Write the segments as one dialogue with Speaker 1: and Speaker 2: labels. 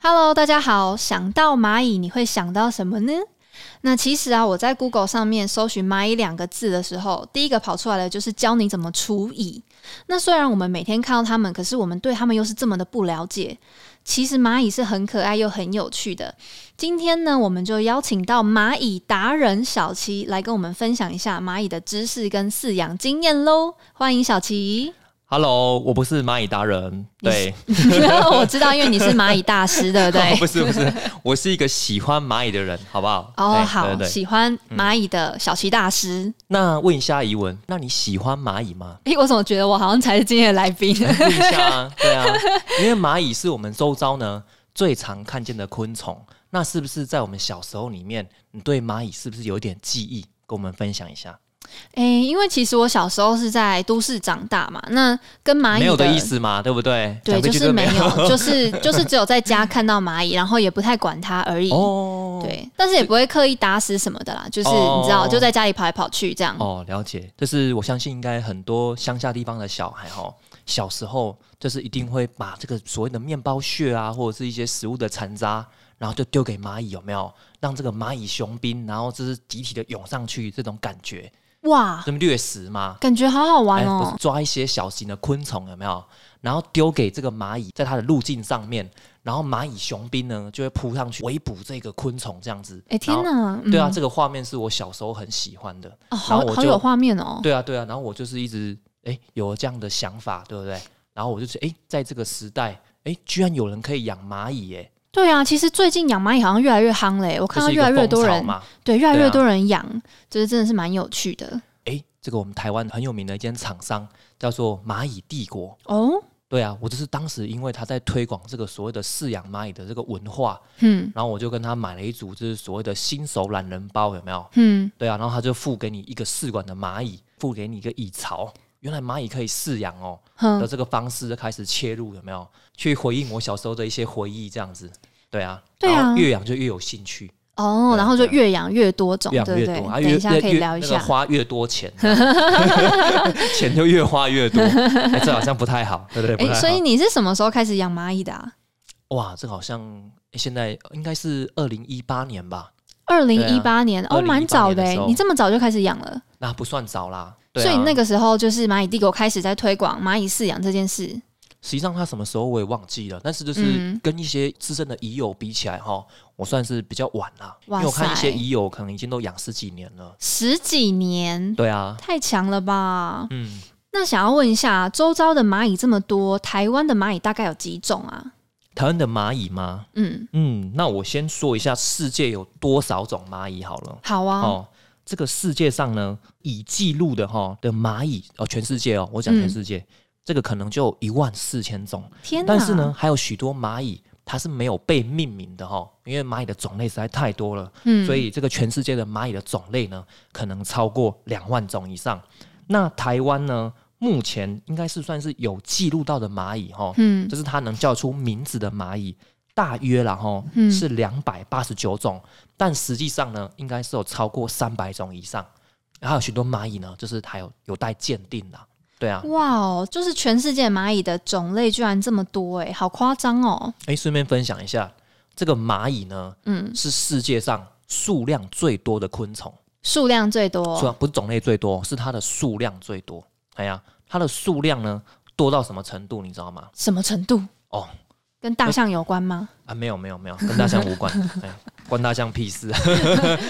Speaker 1: Hello，大家好。想到蚂蚁，你会想到什么呢？那其实啊，我在 Google 上面搜寻“蚂蚁”两个字的时候，第一个跑出来的就是教你怎么除蚁。那虽然我们每天看到它们，可是我们对它们又是这么的不了解。其实蚂蚁是很可爱又很有趣的。今天呢，我们就邀请到蚂蚁达人小琪来跟我们分享一下蚂蚁的知识跟饲养经验喽。欢迎小琪。
Speaker 2: Hello，我不是蚂蚁达人，对，
Speaker 1: 我知道，因为你是蚂蚁大师，对不对
Speaker 2: 不？是不是，我是一个喜欢蚂蚁的人，好不好？
Speaker 1: 哦，
Speaker 2: 对
Speaker 1: 好，
Speaker 2: 哎对对嗯对
Speaker 1: 喜欢蚂蚁的小齐大师。
Speaker 2: 那问一下怡文，那你喜欢蚂蚁吗？
Speaker 1: 诶，我怎么觉得我好像才是今天的来宾？
Speaker 2: 问一下 啊，对啊，因为蚂蚁是我们周遭呢最常看见的昆虫，那是不是在我们小时候里面，你对蚂蚁是不是有一点记忆？跟我们分享一下，
Speaker 1: 诶，因为其实我小时候是在都市长大嘛，那跟蚂蚁
Speaker 2: 没有的意。思嘛，对不对？
Speaker 1: 对，
Speaker 2: 讲这
Speaker 1: 就
Speaker 2: 句
Speaker 1: 是没
Speaker 2: 没
Speaker 1: 有，就是就是只有在家看到蚂蚁，然后也不太管它而已。
Speaker 2: 哦，，
Speaker 1: 对，但是也不会刻意打死什么的啦，就是你知道，
Speaker 2: 哦
Speaker 1: 就在家里跑来跑去这样。
Speaker 2: 哦，了解，就是我相信应该很多乡下地方的小孩哈，小时候就是一定会把这个所谓的面包屑啊，或者是一些食物的残渣，然后就丢给蚂蚁，有没有？让这个蚂蚁雄兵，然后就是集体的涌上去，这种感觉，
Speaker 1: 哇，
Speaker 2: 这么掠食嘛？哎
Speaker 1: 感觉好好玩
Speaker 2: 不
Speaker 1: 哦
Speaker 2: 是！抓一些小型的昆虫，有没有？然后丢给这个蚂蚁，在它的路径上面，然后蚂蚁雄兵呢就会扑上去围捕这个昆虫，这样子。
Speaker 1: 诶，天
Speaker 2: 然后！
Speaker 1: 哪！
Speaker 2: 对啊，
Speaker 1: 嗯
Speaker 2: 这个画面是我小时候很喜欢的。
Speaker 1: 哦，
Speaker 2: 然
Speaker 1: 好
Speaker 2: 后我
Speaker 1: 好
Speaker 2: 就
Speaker 1: 有画面哦。
Speaker 2: 对啊，对啊，然后我就是一直哎有了这样的想法，对不对？然后我就觉得哎，在这个时代，哎，居然有人可以养蚂蚁，哎，
Speaker 1: 对啊，其实最近养蚂蚁好像越来越夯嘞，我
Speaker 2: 这
Speaker 1: 看到
Speaker 2: 是一
Speaker 1: 越来
Speaker 2: 个
Speaker 1: 越
Speaker 2: 风
Speaker 1: 多
Speaker 2: 潮
Speaker 1: 人，
Speaker 2: 嘛。
Speaker 1: 对，越来
Speaker 2: 对
Speaker 1: 越
Speaker 2: 啊
Speaker 1: 多人养，就是真的是蛮有趣的
Speaker 2: 哎，这个我们台湾很有名的一间厂商叫做蚂蚁帝国。
Speaker 1: 哦。
Speaker 2: 对啊，我就是当时因为他在推广这个所谓的饲养蚂蚁的这个文化，
Speaker 1: 嗯
Speaker 2: 然后我就跟他买了一组就是所谓的新手懒人包，有没有？
Speaker 1: 嗯，
Speaker 2: 对啊，然后他就付给你一个试管的蚂蚁，付给你一个蚁巢。原来蚂蚁可以饲养哦的
Speaker 1: 哼，
Speaker 2: 这个方式就开始切入，有没有？去回应我小时候的一些回忆，这样子。对啊，
Speaker 1: 对啊
Speaker 2: 然后越养就越有兴趣，
Speaker 1: 哦，
Speaker 2: 对
Speaker 1: 然后就
Speaker 2: 对
Speaker 1: 越养越多种，
Speaker 2: 越
Speaker 1: 对
Speaker 2: 养
Speaker 1: 不
Speaker 2: 越
Speaker 1: 对？
Speaker 2: 多，啊，
Speaker 1: 等
Speaker 2: 越
Speaker 1: 一下
Speaker 2: 越
Speaker 1: 可以
Speaker 2: 越
Speaker 1: 聊一
Speaker 2: 那
Speaker 1: 下
Speaker 2: 个。花越 多钱，钱就越花越多，哎，这好像不太好，对不对？不
Speaker 1: 诶
Speaker 2: 太好
Speaker 1: 哎所以你是什么时候开始养蚂蚁的啊？
Speaker 2: 哇，这个好像哎现在应该是二零一八年吧，
Speaker 1: 二零一八年、哦，
Speaker 2: 2018
Speaker 1: 蛮早的
Speaker 2: 年的
Speaker 1: 诶
Speaker 2: 时候
Speaker 1: 你这么早就开始养了，
Speaker 2: 那不算早啦。对啊
Speaker 1: 所以那个时候就是蚂蚁帝国开始在推广蚂蚁饲养这件事。
Speaker 2: 实际上他什么时候我也忘记了，但是就是
Speaker 1: 嗯
Speaker 2: 跟一些资深的蚁友比起来哈，我算是比较晚啦，因
Speaker 1: 哇
Speaker 2: 为我看一
Speaker 1: 塞
Speaker 2: 些蚁友可能已经都养十几年了。
Speaker 1: 十几年，
Speaker 2: 对啊，
Speaker 1: 太强了吧？
Speaker 2: 嗯，
Speaker 1: 那想要问一下，周遭的蚂蚁这么多，台湾的蚂蚁大概有几种啊？
Speaker 2: 台湾的蚂蚁吗？
Speaker 1: 嗯，
Speaker 2: 嗯，那我先说一下世界有多少种蚂蚁好了。
Speaker 1: 好啊，
Speaker 2: 哦，这个世界上呢，已记录的哈、的蚂蚁哦，全世界哦，我讲全世界，这个可能就一万四千种。
Speaker 1: 嗯天哪！
Speaker 2: 但是呢，还有许多蚂蚁它是没有被命名的哈、因为蚂蚁的种类实在太多了，
Speaker 1: 嗯，
Speaker 2: 所以这个全世界的蚂蚁的种类呢，可能超过两万种以上。那台湾呢，目前应该是算是有记录到的蚂蚁哈、
Speaker 1: 嗯
Speaker 2: 就是它能叫出名字的蚂蚁，大约啦哈
Speaker 1: 嗯
Speaker 2: 是两百八十九种，但实际上呢，应该是有超过三百种以上。还有许多蚂蚁呢，就是还有有待鉴定啦。对啊，
Speaker 1: 哇哦，就是全世界蚂蚁的种类居然这么多哎、好夸张哦！
Speaker 2: 诶，顺便分享一下，这个蚂蚁呢
Speaker 1: 嗯，
Speaker 2: 是世界上数量最多的昆虫，
Speaker 1: 数量最
Speaker 2: 虽然
Speaker 1: 多，
Speaker 2: 不是种类最多，是它的数量最多。哎呀，它的数量呢多到什么程度，你知道吗？
Speaker 1: 什么程度？
Speaker 2: 哦，
Speaker 1: 跟大象有关吗？
Speaker 2: 啊，没有没有没有，跟大象无关， 哎，关大象屁事。啊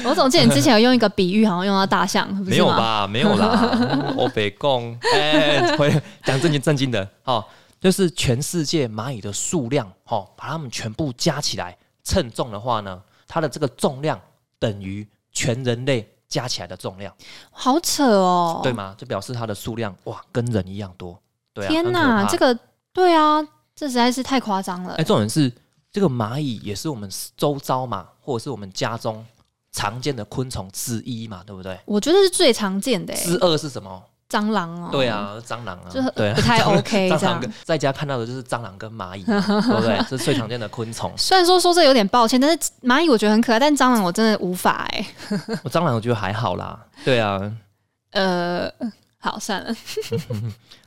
Speaker 1: 我总记得你之前有用一个比喻，好像用到大象，不是
Speaker 2: 呃没有
Speaker 1: 吗？
Speaker 2: 吧？没有啦，我北贡，哎，回讲正经正经的，哦，就是全世界蚂蚁的数量，哦，把它们全部加起来称重的话呢，它的这个重量等于全人类加起来的重量，
Speaker 1: 好扯哦！
Speaker 2: 对吗？就表示它的数量哇，跟人一样多，对啊，
Speaker 1: 天
Speaker 2: 哪，
Speaker 1: 这个对啊，这实在是太夸张了。
Speaker 2: 哎，重点是这个蚂蚁也是我们周遭嘛，或者是我们家中常见的昆虫之一嘛，对不对？
Speaker 1: 我觉得是最常见的、
Speaker 2: 之
Speaker 1: 欸，
Speaker 2: 二是什么？
Speaker 1: 蟑螂哦。
Speaker 2: 对，啊，蟑螂啊，
Speaker 1: 就是
Speaker 2: 对啊
Speaker 1: 不。太 OK
Speaker 2: 蟑
Speaker 1: 哎这
Speaker 2: 螂
Speaker 1: 样。
Speaker 2: 跟。在家看到的就是蟑螂跟蚂蚁嘛，对不对？这是最常见的昆虫
Speaker 1: 虽然说说这有点抱歉，但是蚂蚁我觉得很可爱，但蟑螂我真的无法哎、
Speaker 2: 我蟑螂我觉得还好啦，对啊，
Speaker 1: 呃，好，算了。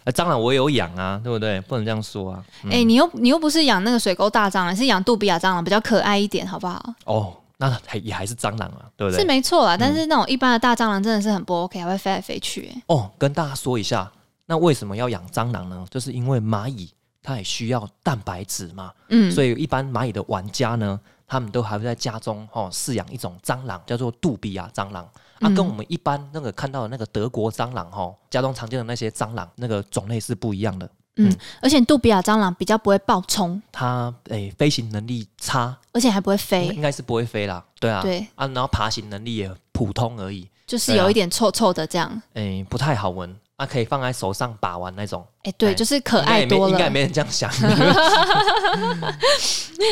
Speaker 2: 啊，蟑螂我有养啊，对不对？不能这样说啊。
Speaker 1: 哎、你又你又不是养那个水沟大蟑螂，是养杜比亚蟑螂，比较可爱一点，好不好？
Speaker 2: 哦，那还也还是蟑螂啊，对不
Speaker 1: 是
Speaker 2: 嗯对？
Speaker 1: 没错啦，但是那种一般的大蟑螂真的是很不 OK，还会飞来飞去、哎
Speaker 2: 哦，跟大家说一下，那为什么要养蟑螂呢？就是因为蚂蚁它也需要蛋白质嘛，
Speaker 1: 嗯，
Speaker 2: 所以一般蚂蚁的玩家呢，他们都还会在家中哦饲养一种蟑螂，叫做杜比亚蟑螂。啊，
Speaker 1: 嗯
Speaker 2: 跟我们一般那个看到的那个德国蟑螂哦，家中常见的那些蟑螂那个种类是不一样的。
Speaker 1: 嗯，而且杜比亚蟑螂比较不会爆冲，
Speaker 2: 它诶、飞行能力差，
Speaker 1: 而且还不会
Speaker 2: 应
Speaker 1: 飞，
Speaker 2: 该是不会飞啦，对啊，
Speaker 1: 对
Speaker 2: 啊，然后爬行能力也普通而已，
Speaker 1: 就是
Speaker 2: 对啊
Speaker 1: 有一点臭臭的这样。
Speaker 2: 诶、不太好闻，啊，可以放在手上把玩那种，
Speaker 1: 哎、对，
Speaker 2: 哎
Speaker 1: 就是可爱多
Speaker 2: 应该也没应该也
Speaker 1: 了。
Speaker 2: 没人这样想，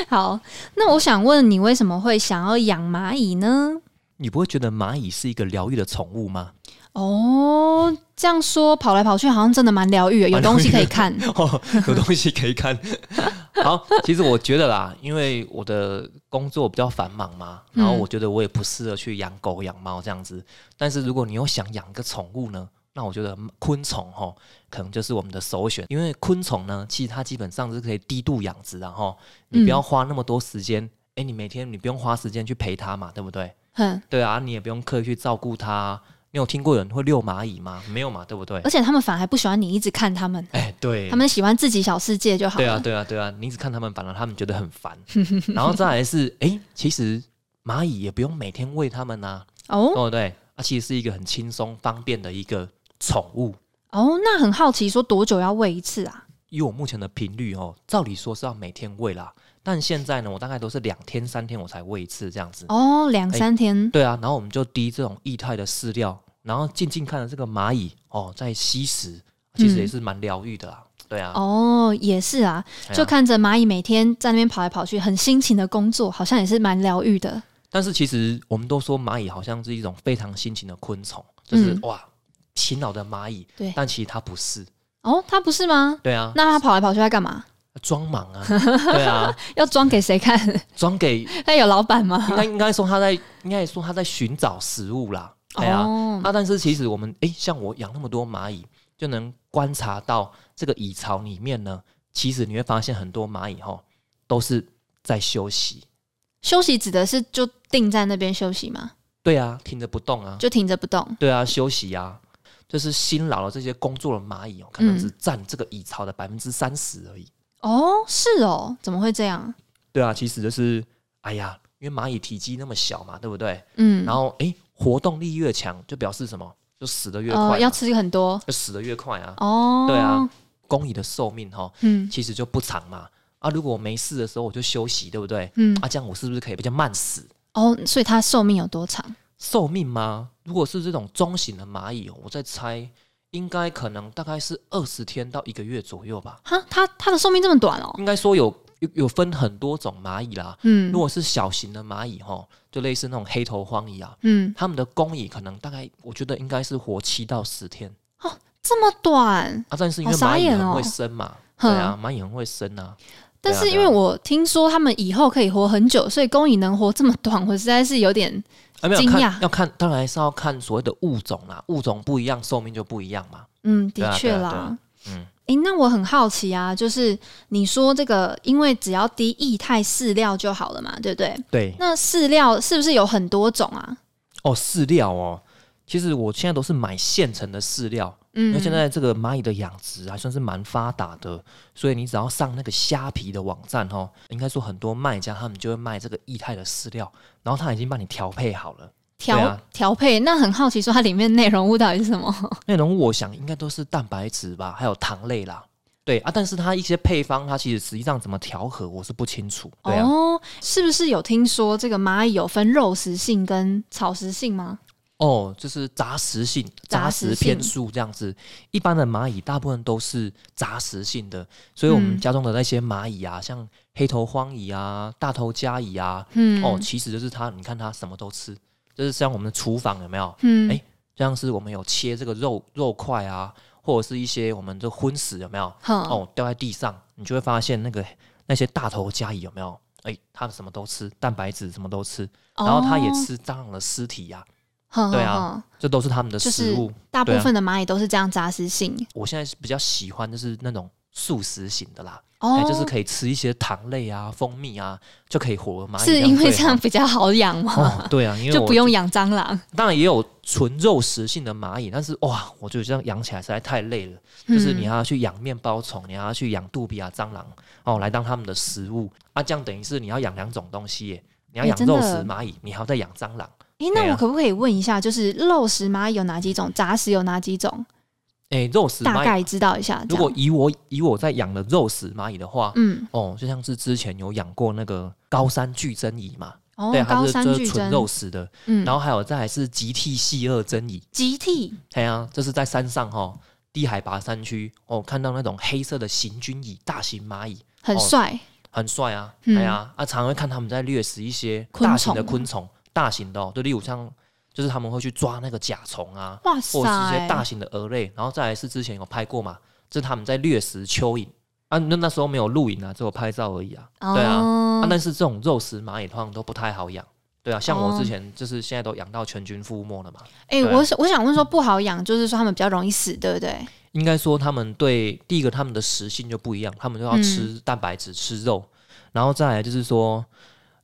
Speaker 1: 好，那我想问你，为什么会想要养蚂蚁呢？
Speaker 2: 你不会觉得蚂蚁是一个疗愈的宠物吗？
Speaker 1: 哦，这样说跑来跑去，好像真的蛮疗愈的，有
Speaker 2: 蛮疗愈
Speaker 1: 东西可以
Speaker 2: 的
Speaker 1: 看。
Speaker 2: 哦，有东西可以看。 好，其实我觉得啦，因为我的工作比较繁忙嘛，然后
Speaker 1: 嗯
Speaker 2: 我觉得我也不适合去养狗、养猫这样子。但是如果你又想养个宠物呢，那我觉得昆虫吼，可能就是我们的首选，因为昆虫呢，其实它基本上是可以低度养殖的吼，你不要花那么多时间。诶，你每天你不用花时间去陪它嘛，对不对？
Speaker 1: 哼，
Speaker 2: 对啊，你也不用刻意去照顾它。你有听过有人会遛蚂蚁吗？没有嘛，对不对
Speaker 1: 而？且他们反而还不喜欢你一直看他们，
Speaker 2: 哎，对，
Speaker 1: 他们喜欢自己小世界就 好了。
Speaker 2: 对啊，对啊，对啊，你一直看他们，反而他们觉得很烦。 然后再来是，诶，其实蚂蚁也不用每天喂它们呐、
Speaker 1: 哦
Speaker 2: 对不对？啊，其实是一个很轻松方便的一个宠物。
Speaker 1: 哦，那很好奇，说多久要喂一次啊？
Speaker 2: 以我目前的频率哦，照理说是要每天喂啦，但现在呢，我大概都是两天三天我才喂一次这样子。
Speaker 1: 哦，两三天。
Speaker 2: 嗯对啊，然后我们就滴这种液态的饲料，然后静静看着这个蚂蚁哦在吸食，其实也是蛮疗愈的啊。对啊，
Speaker 1: 哦，也是啊，
Speaker 2: 哎呀
Speaker 1: 就看着蚂蚁每天在那边跑来跑去，很辛勤的工作，好像也是蛮疗愈的。
Speaker 2: 但是其实我们都说蚂蚁好像是一种非常辛勤的昆虫，就是、
Speaker 1: 嗯哎
Speaker 2: 哇勤劳的蚂蚁，
Speaker 1: 对
Speaker 2: 但其实它不是，
Speaker 1: 哦，它不是吗？
Speaker 2: 对啊，
Speaker 1: 那它跑来跑去在干嘛？
Speaker 2: 装忙啊， 对啊，
Speaker 1: 要装给谁看？
Speaker 2: 装给
Speaker 1: 它有老板吗？
Speaker 2: 应该应该说它在应该说它在寻找食物啦，对啊，
Speaker 1: 哦，
Speaker 2: 啊，但是其实我们诶，像我养那么多蚂蚁，就能观察到这个蚁巢里面呢，其实你会发现很多蚂蚁哈都是在休息，
Speaker 1: 休息指的是就定在那边休息吗？
Speaker 2: 对啊，停着不动啊，
Speaker 1: 就停着不动？
Speaker 2: 对啊，休息啊，就是辛劳了这些工作的蚂蚁哦，可能
Speaker 1: 嗯
Speaker 2: 只占这个蚁巢的百分之三十而已。
Speaker 1: 哦，是哦，怎么会这样？
Speaker 2: 对啊，其实就是，哎呀，因为蚂蚁体积那么小嘛，对不对？
Speaker 1: 嗯，
Speaker 2: 然后诶，活动力越强，就表示什么？就死的越快嘛、
Speaker 1: 呃，要吃很多
Speaker 2: 就死的越快啊。
Speaker 1: 哦。
Speaker 2: 对啊，，公蚁的寿命哈、哦，
Speaker 1: 嗯
Speaker 2: 其实就不长嘛。啊，如果我没事的时候我就休息，对不对？
Speaker 1: 嗯，
Speaker 2: 啊，这样我是不是可以比较慢死？
Speaker 1: 哦，所以它寿命有多长？
Speaker 2: 寿命吗？如果是这种中型的蚂蚁哦，我在猜，应该可能大概是二十天到一个月左右吧。
Speaker 1: 哈，它它的寿命这么短哦？
Speaker 2: 应该说有有有分很多种蚂蚁啦。
Speaker 1: 嗯
Speaker 2: 如果是小型的蚂蚁哈，就类似那种黑头荒蚁啊，
Speaker 1: 嗯，
Speaker 2: 它们的公蚁可能大概我觉得应该是活七到十天
Speaker 1: 这么短，
Speaker 2: 啊，但是因为
Speaker 1: 好傻
Speaker 2: 蚂蚁
Speaker 1: 眼
Speaker 2: 很
Speaker 1: 哦
Speaker 2: 会生嘛，对
Speaker 1: 哼
Speaker 2: 啊，蚂蚁很会生啊，
Speaker 1: 但
Speaker 2: 对啊
Speaker 1: 是
Speaker 2: 对
Speaker 1: 因为
Speaker 2: 啊
Speaker 1: 我听说他们以后可以活很久，所以公蚁能活这么短，我实在是有点
Speaker 2: 啊没有
Speaker 1: 惊讶
Speaker 2: 看要看，当然是要看所谓的物种啦，物种不一样，寿命就不一样嘛。
Speaker 1: 嗯，
Speaker 2: 对
Speaker 1: 的
Speaker 2: 啊
Speaker 1: 确
Speaker 2: 对啊
Speaker 1: 啦。
Speaker 2: 对啊嗯，
Speaker 1: 诶，那我很好奇啊，就是你说这个，因为只要滴液态饲料就好了嘛，对不对？
Speaker 2: 对，
Speaker 1: 那饲料是不是有很多种啊？
Speaker 2: 哦，饲料哦，其实我现在都是买现成的饲料，因
Speaker 1: 嗯
Speaker 2: 为现在这个蚂蚁的养殖还算是蛮发达的，所以你只要上那个虾皮的网站哦，应该说很多卖家他们就会卖这个液态的饲料，然后他已经帮你调配好了。
Speaker 1: 调、
Speaker 2: 对啊
Speaker 1: 调配，那很好奇，说它里面内容物到底是什么？
Speaker 2: 内容物我想应该都是蛋白质吧，还有糖类啦。对啊，但是它一些配方，它其实实际上怎么调和，我是不清楚。对啊，
Speaker 1: 哦，是不是有听说这个蚂蚁有分肉食性跟草食性吗？
Speaker 2: 哦，就是杂食性、
Speaker 1: 杂
Speaker 2: 杂
Speaker 1: 食
Speaker 2: 食偏
Speaker 1: 性
Speaker 2: 素这样子。一般的蚂蚁大部分都是杂食性的，所以我们
Speaker 1: 嗯
Speaker 2: 家中的那些蚂蚁啊，像黑头荒蚁啊、大头家蚁啊，
Speaker 1: 嗯，
Speaker 2: 哦，其实就是它，你看它什么都吃，就是像我们的厨房有没有？
Speaker 1: 嗯，
Speaker 2: 哎像是我们有切这个肉肉块啊，或者是一些我们的荤食有没有？
Speaker 1: 哼，
Speaker 2: 哦，掉在地上，你就会发现那个那些大头家蚁有没有？哎、它什么都吃，蛋白质什么都吃，然后它也
Speaker 1: 哦
Speaker 2: 吃蟑螂的尸体呀、啊
Speaker 1: 哼
Speaker 2: 对
Speaker 1: 哼
Speaker 2: 啊
Speaker 1: 哼
Speaker 2: 这都是他们的
Speaker 1: 就是
Speaker 2: 食物。啊
Speaker 1: 大部
Speaker 2: 对啊
Speaker 1: 分的蚂蚁都是这样杂食性
Speaker 2: 我现在是比较喜欢就是那种素食型的啦，哎、
Speaker 1: 哦，
Speaker 2: 就是可以吃一些糖类啊、蜂蜜啊，就可以活蚂蚁。
Speaker 1: 是因为这样
Speaker 2: 对啊
Speaker 1: 比较好养吗？
Speaker 2: 哦，对啊，因为
Speaker 1: 就
Speaker 2: 我
Speaker 1: 不用养蟑螂，
Speaker 2: 当然也有纯肉食性的蚂蚁，但是哇，我觉得这样养起来实在太累了。就是你
Speaker 1: 嗯
Speaker 2: 还要去养面包虫，你还要去养杜比亚蟑螂哦，来当它们的食物啊，这样等于是你要养两种东西耶，你要
Speaker 1: 哎
Speaker 2: 养
Speaker 1: 真的
Speaker 2: 肉食蚂蚁，你还要再养蟑螂。
Speaker 1: 诶，
Speaker 2: 对
Speaker 1: 那
Speaker 2: 啊
Speaker 1: 我可不可以问一下，就是肉食蚂蚁有哪几种，杂食有哪几种？
Speaker 2: 哎，肉食
Speaker 1: 大
Speaker 2: 蚂蚁，
Speaker 1: 概知道一下。这
Speaker 2: 如果
Speaker 1: 样
Speaker 2: 以我以我在养的肉食蚂蚁的话，
Speaker 1: 嗯，
Speaker 2: 哦，就像是之前有养过那个高山巨针蚁嘛，
Speaker 1: 哦
Speaker 2: 对，，啊它
Speaker 1: 高
Speaker 2: 是
Speaker 1: 山
Speaker 2: 就是
Speaker 1: 巨
Speaker 2: 纯
Speaker 1: 针，
Speaker 2: 肉食的，
Speaker 1: 嗯，
Speaker 2: 然
Speaker 1: 后
Speaker 2: 后还有再来是集体细颚针蚁，
Speaker 1: 集体
Speaker 2: 哎呀、这是在山上哈、哦，低海拔山区哦，看到那种黑色的行军蚁，大型蚂蚁，
Speaker 1: 很
Speaker 2: 哦
Speaker 1: 帅，
Speaker 2: 很帅啊，
Speaker 1: 嗯
Speaker 2: 哎呀，啊，常会看他们在掠食一些
Speaker 1: 昆虫
Speaker 2: 大型的昆虫，大型的、哦，就例如像，就是他们会去抓那个甲虫啊，
Speaker 1: 哇
Speaker 2: 或者是一些
Speaker 1: 塞，
Speaker 2: 大型的蛾类，然后再来是之前有拍过嘛，这是他们在掠食蚯蚓啊，那那时候没有录影啊，只有拍照而已啊，
Speaker 1: 哦
Speaker 2: 对啊，啊，但是这种肉食蚂蚁通常都不太好养，对啊，像我之
Speaker 1: 哦
Speaker 2: 前就是现在都养到全军覆没了嘛，
Speaker 1: 哎、
Speaker 2: 对啊
Speaker 1: 我是我想问说不好养，就是说它们比较容易死，对不对？
Speaker 2: 应该说他们对第一个他们的食性就不一样，他们就要吃蛋白质、吃肉，然后再来就是说，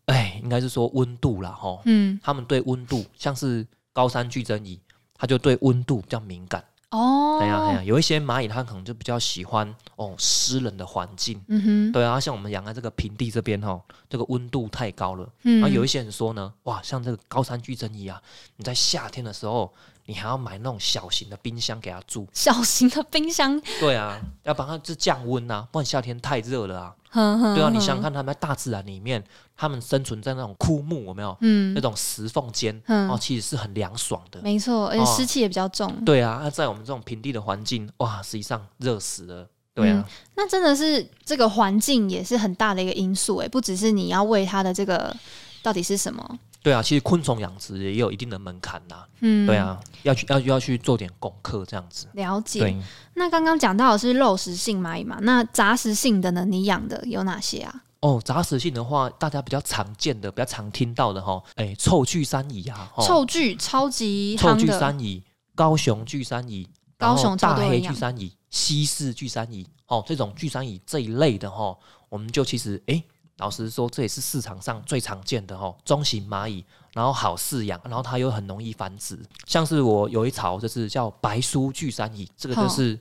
Speaker 2: 哎，应该是说温度啦，吼，
Speaker 1: 嗯，
Speaker 2: 他们对啊温度像是高山巨针蚁，它就对温度比较敏感，
Speaker 1: 哦，
Speaker 2: 哎呀哎呀，有一些蚂蚁它可能就比较喜欢哦湿冷的环境。
Speaker 1: 嗯哼，
Speaker 2: 对啊，像我们养在这个平地这边吼，这个温度太高了，
Speaker 1: 嗯，
Speaker 2: 然后有一些人说呢，哇，像这个高山巨针蚁啊，你在夏天的时候，你还要买那种小型的冰箱给它住。
Speaker 1: 小型的冰箱，
Speaker 2: 对啊，要帮它就降温啊，不然夏天太热了啊。
Speaker 1: 哼哼，
Speaker 2: 对啊，你
Speaker 1: 哼
Speaker 2: 想想，看，他们在大自然里面，他们生存在那种枯木，有没有？
Speaker 1: 嗯
Speaker 2: 那，种石缝间，
Speaker 1: 嗯
Speaker 2: 哦，其实是很凉爽的。
Speaker 1: 没错，而且
Speaker 2: 哦
Speaker 1: 湿气也比较重。
Speaker 2: 对啊，那在我们这种平地的环境，哇，实际上热死了。对啊，
Speaker 1: 那真的是这个环境也是很大的一个因素，哎，不只是你要为它的这个到底是什么，
Speaker 2: 对啊，其实昆虫养殖也有一定的门槛呐、
Speaker 1: 嗯，
Speaker 2: 对，啊，要去要要去做点功课这样子。
Speaker 1: 了解。
Speaker 2: 对，
Speaker 1: 那刚刚讲到的是肉食性蚂蚁嘛，那杂食性的呢？你养的有哪些啊？
Speaker 2: 哦，杂食性的话，大家比较常见的、比较常听到的哈，哎，臭巨山蚁啊，吼
Speaker 1: 臭巨超级
Speaker 2: 臭
Speaker 1: 夯
Speaker 2: 巨
Speaker 1: 的，
Speaker 2: 山蚁、高雄巨山蚁、
Speaker 1: 高雄
Speaker 2: 然后大
Speaker 1: 超多
Speaker 2: 黑
Speaker 1: 人养
Speaker 2: 巨山蚁、西式巨山蚁，哦，这种巨山蚁这一类的哈、哦，我们就其实诶，老实说，这也是市场上最常见的哈、哦，中型蚂蚁，然后好饲养，然后它又很容易繁殖。像是我有一槽就是叫白苏巨山蚁，这个
Speaker 1: 哦
Speaker 2: 就是。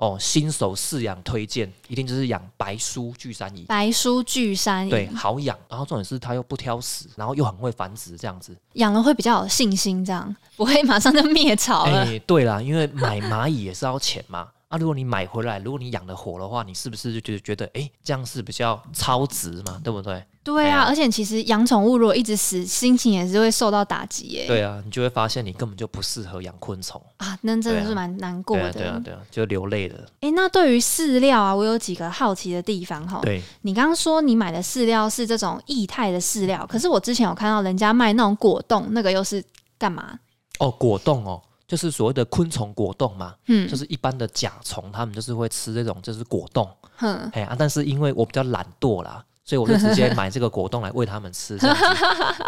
Speaker 2: 哦，新手饲养推荐一定就是养白苏巨山蚁，
Speaker 1: 白书巨山蚁，
Speaker 2: 对，好养，然后重点是它又不挑食，然后又很会繁殖，这样子。
Speaker 1: 养了会比较有信心，这样 不会马上就灭潮
Speaker 2: 哎、
Speaker 1: 了。
Speaker 2: 对啦，因为买蚂蚁也是要钱嘛。 啊，如果你买回来，如果你养得活的话，你是不是就觉得觉得，哎、这样是比较超值嘛，对不对？
Speaker 1: 对啊，
Speaker 2: 哎呀
Speaker 1: 而且其实养宠物如果一直死，心情也是会受到打击欸耶。
Speaker 2: 对啊，你就会发现你根本就不适合养昆虫。
Speaker 1: 啊，那真的
Speaker 2: 对
Speaker 1: 是
Speaker 2: 啊
Speaker 1: 蛮难过
Speaker 2: 对
Speaker 1: 的。
Speaker 2: 啊，对啊，对啊，就流泪了。
Speaker 1: 诶，那对于饲料啊，我有几个好奇的地方哈。
Speaker 2: 对，
Speaker 1: 你刚刚说你买的饲料是这种液态的饲料，可是我之前有看到人家卖那种果冻，那个又是干嘛？
Speaker 2: 哦，果冻哦，就是所谓的昆虫果冻嘛，
Speaker 1: 嗯，
Speaker 2: 就是一般的甲虫，它们就是会吃这种就是果冻。
Speaker 1: 哼，
Speaker 2: 哎啊，但是因为我比较懒惰啦，所以我就直接买这个果冻来喂它们吃这样子。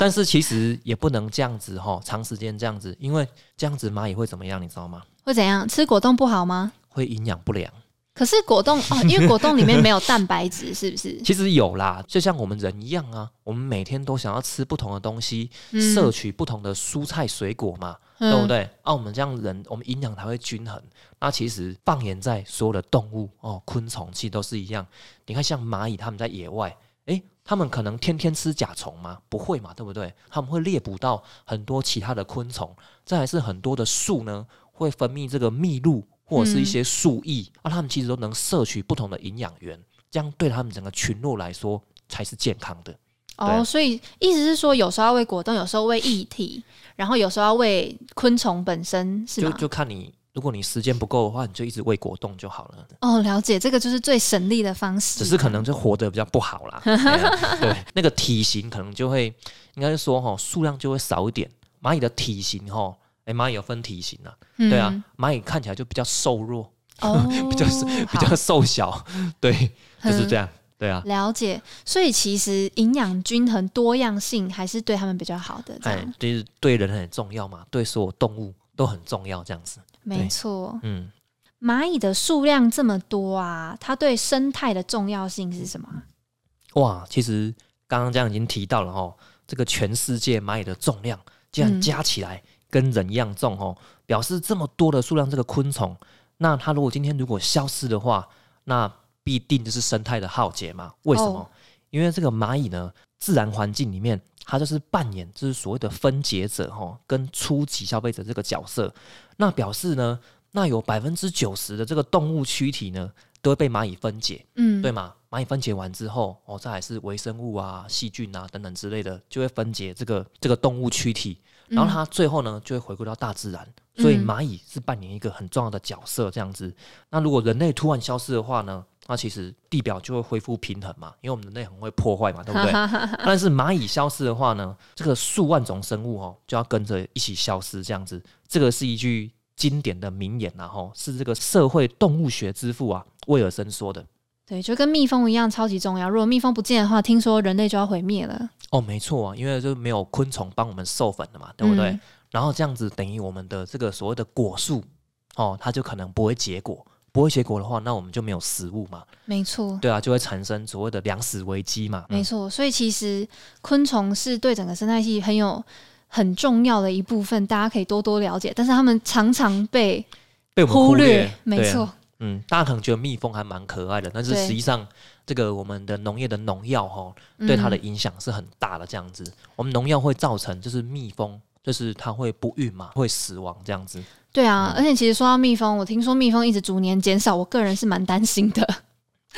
Speaker 2: 但是其实也不能这样子哈，长时间这样子，因为这样子蚂蚁会怎么样，你知道吗？
Speaker 1: 会怎样？吃果冻不好吗？
Speaker 2: 会营养不良。
Speaker 1: 可是果冻哦， 因为果冻里面没有蛋白质，是不是？
Speaker 2: 其实有啦，就像我们人一样啊，我们每天都想要吃不同的东西，
Speaker 1: 嗯
Speaker 2: 摄取不同的蔬菜水果嘛，
Speaker 1: 嗯
Speaker 2: 对不？对？啊，我们这样人，我们营养才会均衡。那其实放眼在所有的动物哦，昆虫其实都是一样。你看，像蚂蚁，它们在野外，诶，它们可能天天吃甲虫吗？不会嘛，对不对？它们会猎捕到很多其他的昆虫，再来是很多的树呢，会分泌这个蜜露或者是一
Speaker 1: 嗯
Speaker 2: 些树液、啊，它们其实都能摄取不同的营养源，这样对它们整个群落来说才是健康的。对
Speaker 1: 哦，
Speaker 2: 啊
Speaker 1: 所以意思是说，有时候要喂果冻，有时候喂液体，然后有时候要喂昆虫本身，是
Speaker 2: 就
Speaker 1: 吗？
Speaker 2: 就看你，如果你时间不够的话，你就一直喂果冻就好了。
Speaker 1: 哦，了解，这个就是最省力的方式。
Speaker 2: 只是可能就活得比较不好 啦。哎呀对，那个体型可能就会，应该是说哈、数量就会少一点。蚂蚁的体型哈、哦，哎、蚂蚁有分体型啊，
Speaker 1: 嗯
Speaker 2: 对啊，，蚂蚁 看起来就比较瘦弱，
Speaker 1: 哦，
Speaker 2: 比较比较
Speaker 1: 好嗯
Speaker 2: 瘦小，对，就是这样。对啊，
Speaker 1: 了解，所以其实营养均衡、多样性还是对他们比较好的。这
Speaker 2: 哎
Speaker 1: 样，，
Speaker 2: 就是对人很重要嘛，对所有动物都很重要，这样子。
Speaker 1: 没错。
Speaker 2: 嗯，
Speaker 1: 蚂蚁的数量这么多啊，它对生态的重要性是什么啊？
Speaker 2: 哇，其实刚刚这样已经提到了哦，这个全世界蚂蚁的重量竟
Speaker 1: 嗯
Speaker 2: 然加起来跟人一样重哦，表示这么多的数量这个昆虫，那它如果今天如果消失的话，那必定就是生态的浩劫嘛？为什么？
Speaker 1: 哦
Speaker 2: 因为这个蚂蚁呢，自然环境里面它就是扮演就是所谓的分解者哈、跟初级消费者这个角色，那表示呢，那有百分之九十的这个动物躯体呢都会被蚂蚁分解。
Speaker 1: 嗯，
Speaker 2: 对嘛？蚂蚁分解完之后，哦，再来是微生物啊、细菌啊等等之类的，就会分解这个这个动物躯体，
Speaker 1: 嗯，
Speaker 2: 然后它最后呢就会回归到大自然。所以
Speaker 1: 嗯
Speaker 2: 蚂蚁是扮演一个很重要的角色，这样子。那如果人类突然消失的话呢？那其实地表就会恢复平衡嘛，因为我们人类很会破坏
Speaker 1: 嗯
Speaker 2: 嘛，对 不对？但是蚂蚁消失的话呢，这个数万种生物哦就要跟着一起消失，这样子。这个是一句经典的名言、然后是这个社会动物学之父啊威尔森说的。
Speaker 1: 对，就跟蜜蜂一样超级重要。如果蜜蜂不见的话，听说人类就要毁灭了，
Speaker 2: 哦，没错啊，因为就没有昆虫帮我们授粉了嘛，对不对？
Speaker 1: 嗯
Speaker 2: 然后这样子等于我们的这个所谓的果树，哦，它就可能不会结果，不会结果的话，那我们就没有食物嘛，
Speaker 1: 没错，
Speaker 2: 对啊，就会产生所谓的粮食危机嘛。
Speaker 1: 没
Speaker 2: 嗯
Speaker 1: 错。所以其实昆虫是对整个生态系很有很重要的一部分，大家可以多多了解。但是他们常常被
Speaker 2: 被我们忽
Speaker 1: 没
Speaker 2: 对啊
Speaker 1: 错，
Speaker 2: 嗯，大家可能觉得蜜蜂还蛮可爱的，但是
Speaker 1: 对
Speaker 2: 实际上这个我们的农业的农药哈、哦，对它的
Speaker 1: 嗯
Speaker 2: 影响是很大的。这样子，我们农药会造成就是蜜蜂。就是它会不孕嘛，会死亡这样子。
Speaker 1: 对啊，
Speaker 2: 嗯
Speaker 1: 而且其实说到蜜蜂，我听说蜜蜂一直逐年减少，我个人是蛮担心 的。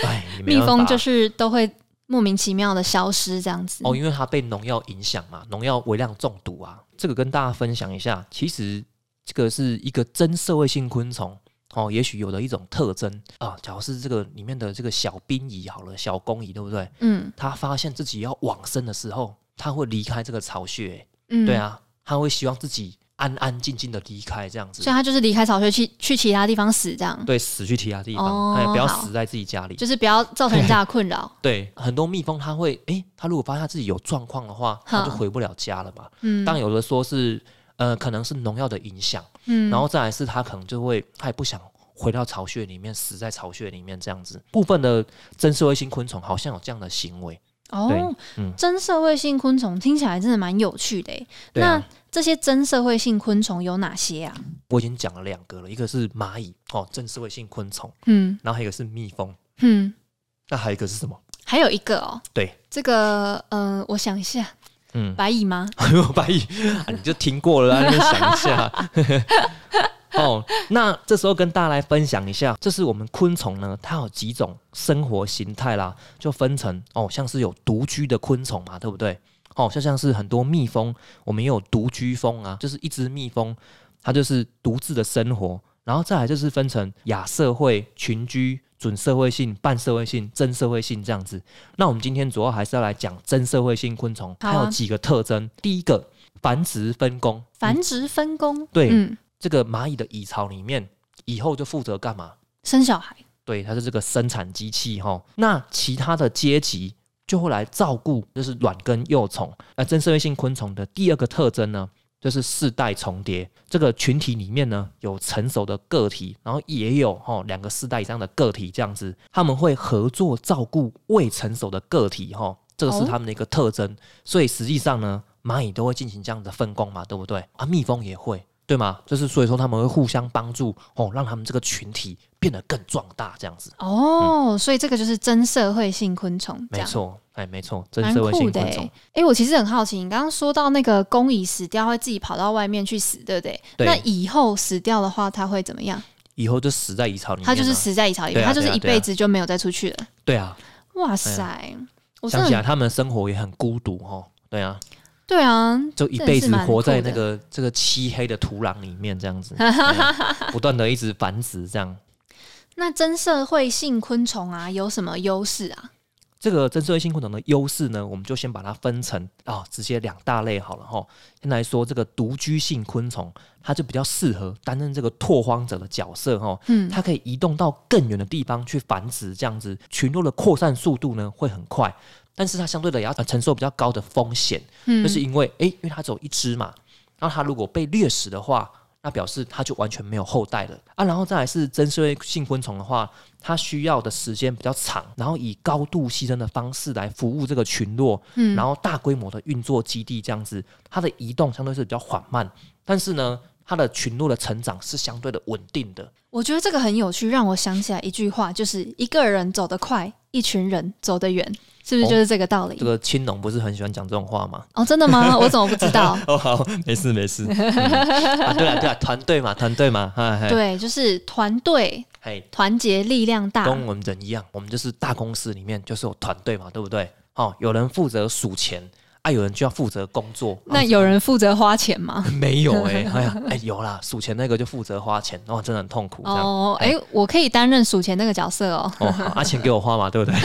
Speaker 2: 哎，也没
Speaker 1: 蜜
Speaker 2: 办
Speaker 1: 蜂
Speaker 2: 法
Speaker 1: 就是都会莫名其妙的消失这样子。
Speaker 2: 哦，因为它被农药影响嘛，农药微量中毒啊，这个跟大家分享一下。其实这个是一个真社会性昆虫哦，也许有的一种特征啊。假如是这个里面的这个小兵蚁好了，小公蚁对不对？
Speaker 1: 嗯
Speaker 2: 它发现自己要往生的时候，它会离开这个巢穴、欸
Speaker 1: 嗯，
Speaker 2: 对，啊，它会希望自己安安静静的离开这样子
Speaker 1: 所以，它就是离开巢穴去去其他地方死这样，
Speaker 2: 对，死去其他地方，
Speaker 1: 哦
Speaker 2: 哎，不要
Speaker 1: 好
Speaker 2: 死在自己家里。。
Speaker 1: 就是不要造成人家的困扰
Speaker 2: 对，很多蜜蜂它会，诶、它如果发现它自己有状况的话，它就
Speaker 1: 哼
Speaker 2: 回不了家了嘛。
Speaker 1: 嗯，
Speaker 2: 当然有的说是呃，可能是农药的影响，
Speaker 1: 嗯，
Speaker 2: 然后再来是它可能就会，它也不想回到巢穴里面，死在巢穴里面这样子。部分的真社会性昆虫好像有这样的行为，
Speaker 1: 哦
Speaker 2: 对，嗯
Speaker 1: 真社会性昆虫听起来真的蛮有趣的耶。
Speaker 2: 对啊
Speaker 1: 那这些真社会性昆虫有哪些啊？
Speaker 2: 我已经讲了两个了，一个是蚂蚁哦，真社会性昆虫，
Speaker 1: 嗯
Speaker 2: 然后还有一个是蜜蜂，
Speaker 1: 嗯，
Speaker 2: 那还有一个是什么？
Speaker 1: 还有一个哦，
Speaker 2: 对，
Speaker 1: 这个呃，我想一下，
Speaker 2: 嗯，
Speaker 1: 白蚁吗？
Speaker 2: 哎呦，白蚁、啊，你就听过 了啊，你想一下。 哦，那这时候跟大家来分享一下，这是我们昆虫呢，它有几种生活形态啦，就分成哦，像是有独居的昆虫嘛，对不对？哦，就像是很多蜜蜂，我们也有独居蜂啊，就是一只蜜蜂，它就是独自的生活。然后再来就是分成亚社会、群居、准社会性、半社会性、真社会性这样子。那我们今天主要还是要来讲真社会性昆虫，
Speaker 1: 好
Speaker 2: 它
Speaker 1: 啊
Speaker 2: 有几个特征。第一个，繁殖分工。嗯
Speaker 1: 繁殖分工，
Speaker 2: 对
Speaker 1: 嗯，
Speaker 2: 这个蚂蚁的蚁巢里面，以后就负责干嘛？
Speaker 1: 生小孩，
Speaker 2: 对，它是这个生产机器哈。那其他的阶级就会来照顾，就是卵跟幼虫。那真社会性昆虫的第二个特征呢，就是世代重叠。这个群体里面呢，有成熟的个体，然后也有哈两个世代以上的个体这样子，他们会合作照顾未成熟的个体哈。这个是
Speaker 1: 哦
Speaker 2: 他们的一个特征，所以实际上呢，蚂蚁都会进行这样的分工嘛，对不对？啊，蜜蜂也会，对吗？就是所以说他们会互相帮助哦，让他们这个群体变得更壮大，这样子。
Speaker 1: 哦，所以这个就是真社会性昆虫，这
Speaker 2: 没
Speaker 1: 样。
Speaker 2: 错，哎，没错，真
Speaker 1: 蛮
Speaker 2: 社会
Speaker 1: 酷
Speaker 2: 性
Speaker 1: 的
Speaker 2: 昆
Speaker 1: 哎、
Speaker 2: 虫
Speaker 1: 欸，诶我其实很好奇，你刚刚说到那个公蚁死掉会自己跑到外面去死，对不对？
Speaker 2: 对
Speaker 1: 那以后死掉的话，它会怎么样？
Speaker 2: 以后就死在蚁巢里面
Speaker 1: 它
Speaker 2: 啊。
Speaker 1: 就是死在蚁巢里
Speaker 2: 对
Speaker 1: 面，
Speaker 2: 啊
Speaker 1: 它就是
Speaker 2: 对啊
Speaker 1: 一辈子就没有再出去了。
Speaker 2: 对啊，
Speaker 1: 哇塞，我真
Speaker 2: 想起来
Speaker 1: 的
Speaker 2: 他们生活也很孤独哦。对啊，
Speaker 1: 对啊，
Speaker 2: 就一
Speaker 1: 真的
Speaker 2: 辈
Speaker 1: 是
Speaker 2: 子
Speaker 1: 蛮
Speaker 2: 活
Speaker 1: 酷
Speaker 2: 在
Speaker 1: 的
Speaker 2: 那个这个漆黑的土壤里面，这样 子，对啊不断的一直繁殖，这样。
Speaker 1: 那真社会性昆虫啊有什么优势啊？
Speaker 2: 这个增色性昆虫的优势呢，我们就先把它分成啊、直接两大类好了哈。先来说这个独居性昆虫，它就比较适合担任这个拓荒者的角色哈。
Speaker 1: 嗯
Speaker 2: 它可以移动到更远的地方去繁殖，这样子群落的扩散速度呢会很快，但是它相对的也要承受比较高的风险，
Speaker 1: 嗯，
Speaker 2: 就是因为诶，因为它只有一只嘛，然后它如果被掠食的话，那表示它就完全没有后代了啊。然后再来是增生性昆虫的话，它需要的时间比较长，然后以高度牺牲的方式来服务这个群落，
Speaker 1: 嗯
Speaker 2: 然后大规模的运作基地这样子，它的移动相对是比较缓慢，但是呢，它的群落的成长是相对的稳定的。
Speaker 1: 我觉得这个很有趣，让我想起来一句话，就是一个人走得快，一群人走得远，是不是就是这个道理
Speaker 2: 哦这？个青龙不是很喜欢讲这种话 吗？
Speaker 1: 哦，真的吗？我怎么不知 道？
Speaker 2: 哦，好，没事没 事。嗯啊，对啊对啊，团队嘛，团队嘛，哎，嘿
Speaker 1: 对，就是团队
Speaker 2: 嘿，
Speaker 1: 团结力量大。
Speaker 2: 跟我们人一样，我们就是大公司里面就是有团队嘛，对不对？哦，有人负责数钱，啊，有人就要负责工作。
Speaker 1: 那有人负责花钱 吗？
Speaker 2: 没有哎、哎呀，哎有啦，数钱那个就负责花钱，哦，真的很痛苦这样。
Speaker 1: 哦，哎、我可以担任数钱那个角色哦。
Speaker 2: 哦，好啊，钱给我花 嘛，对不对？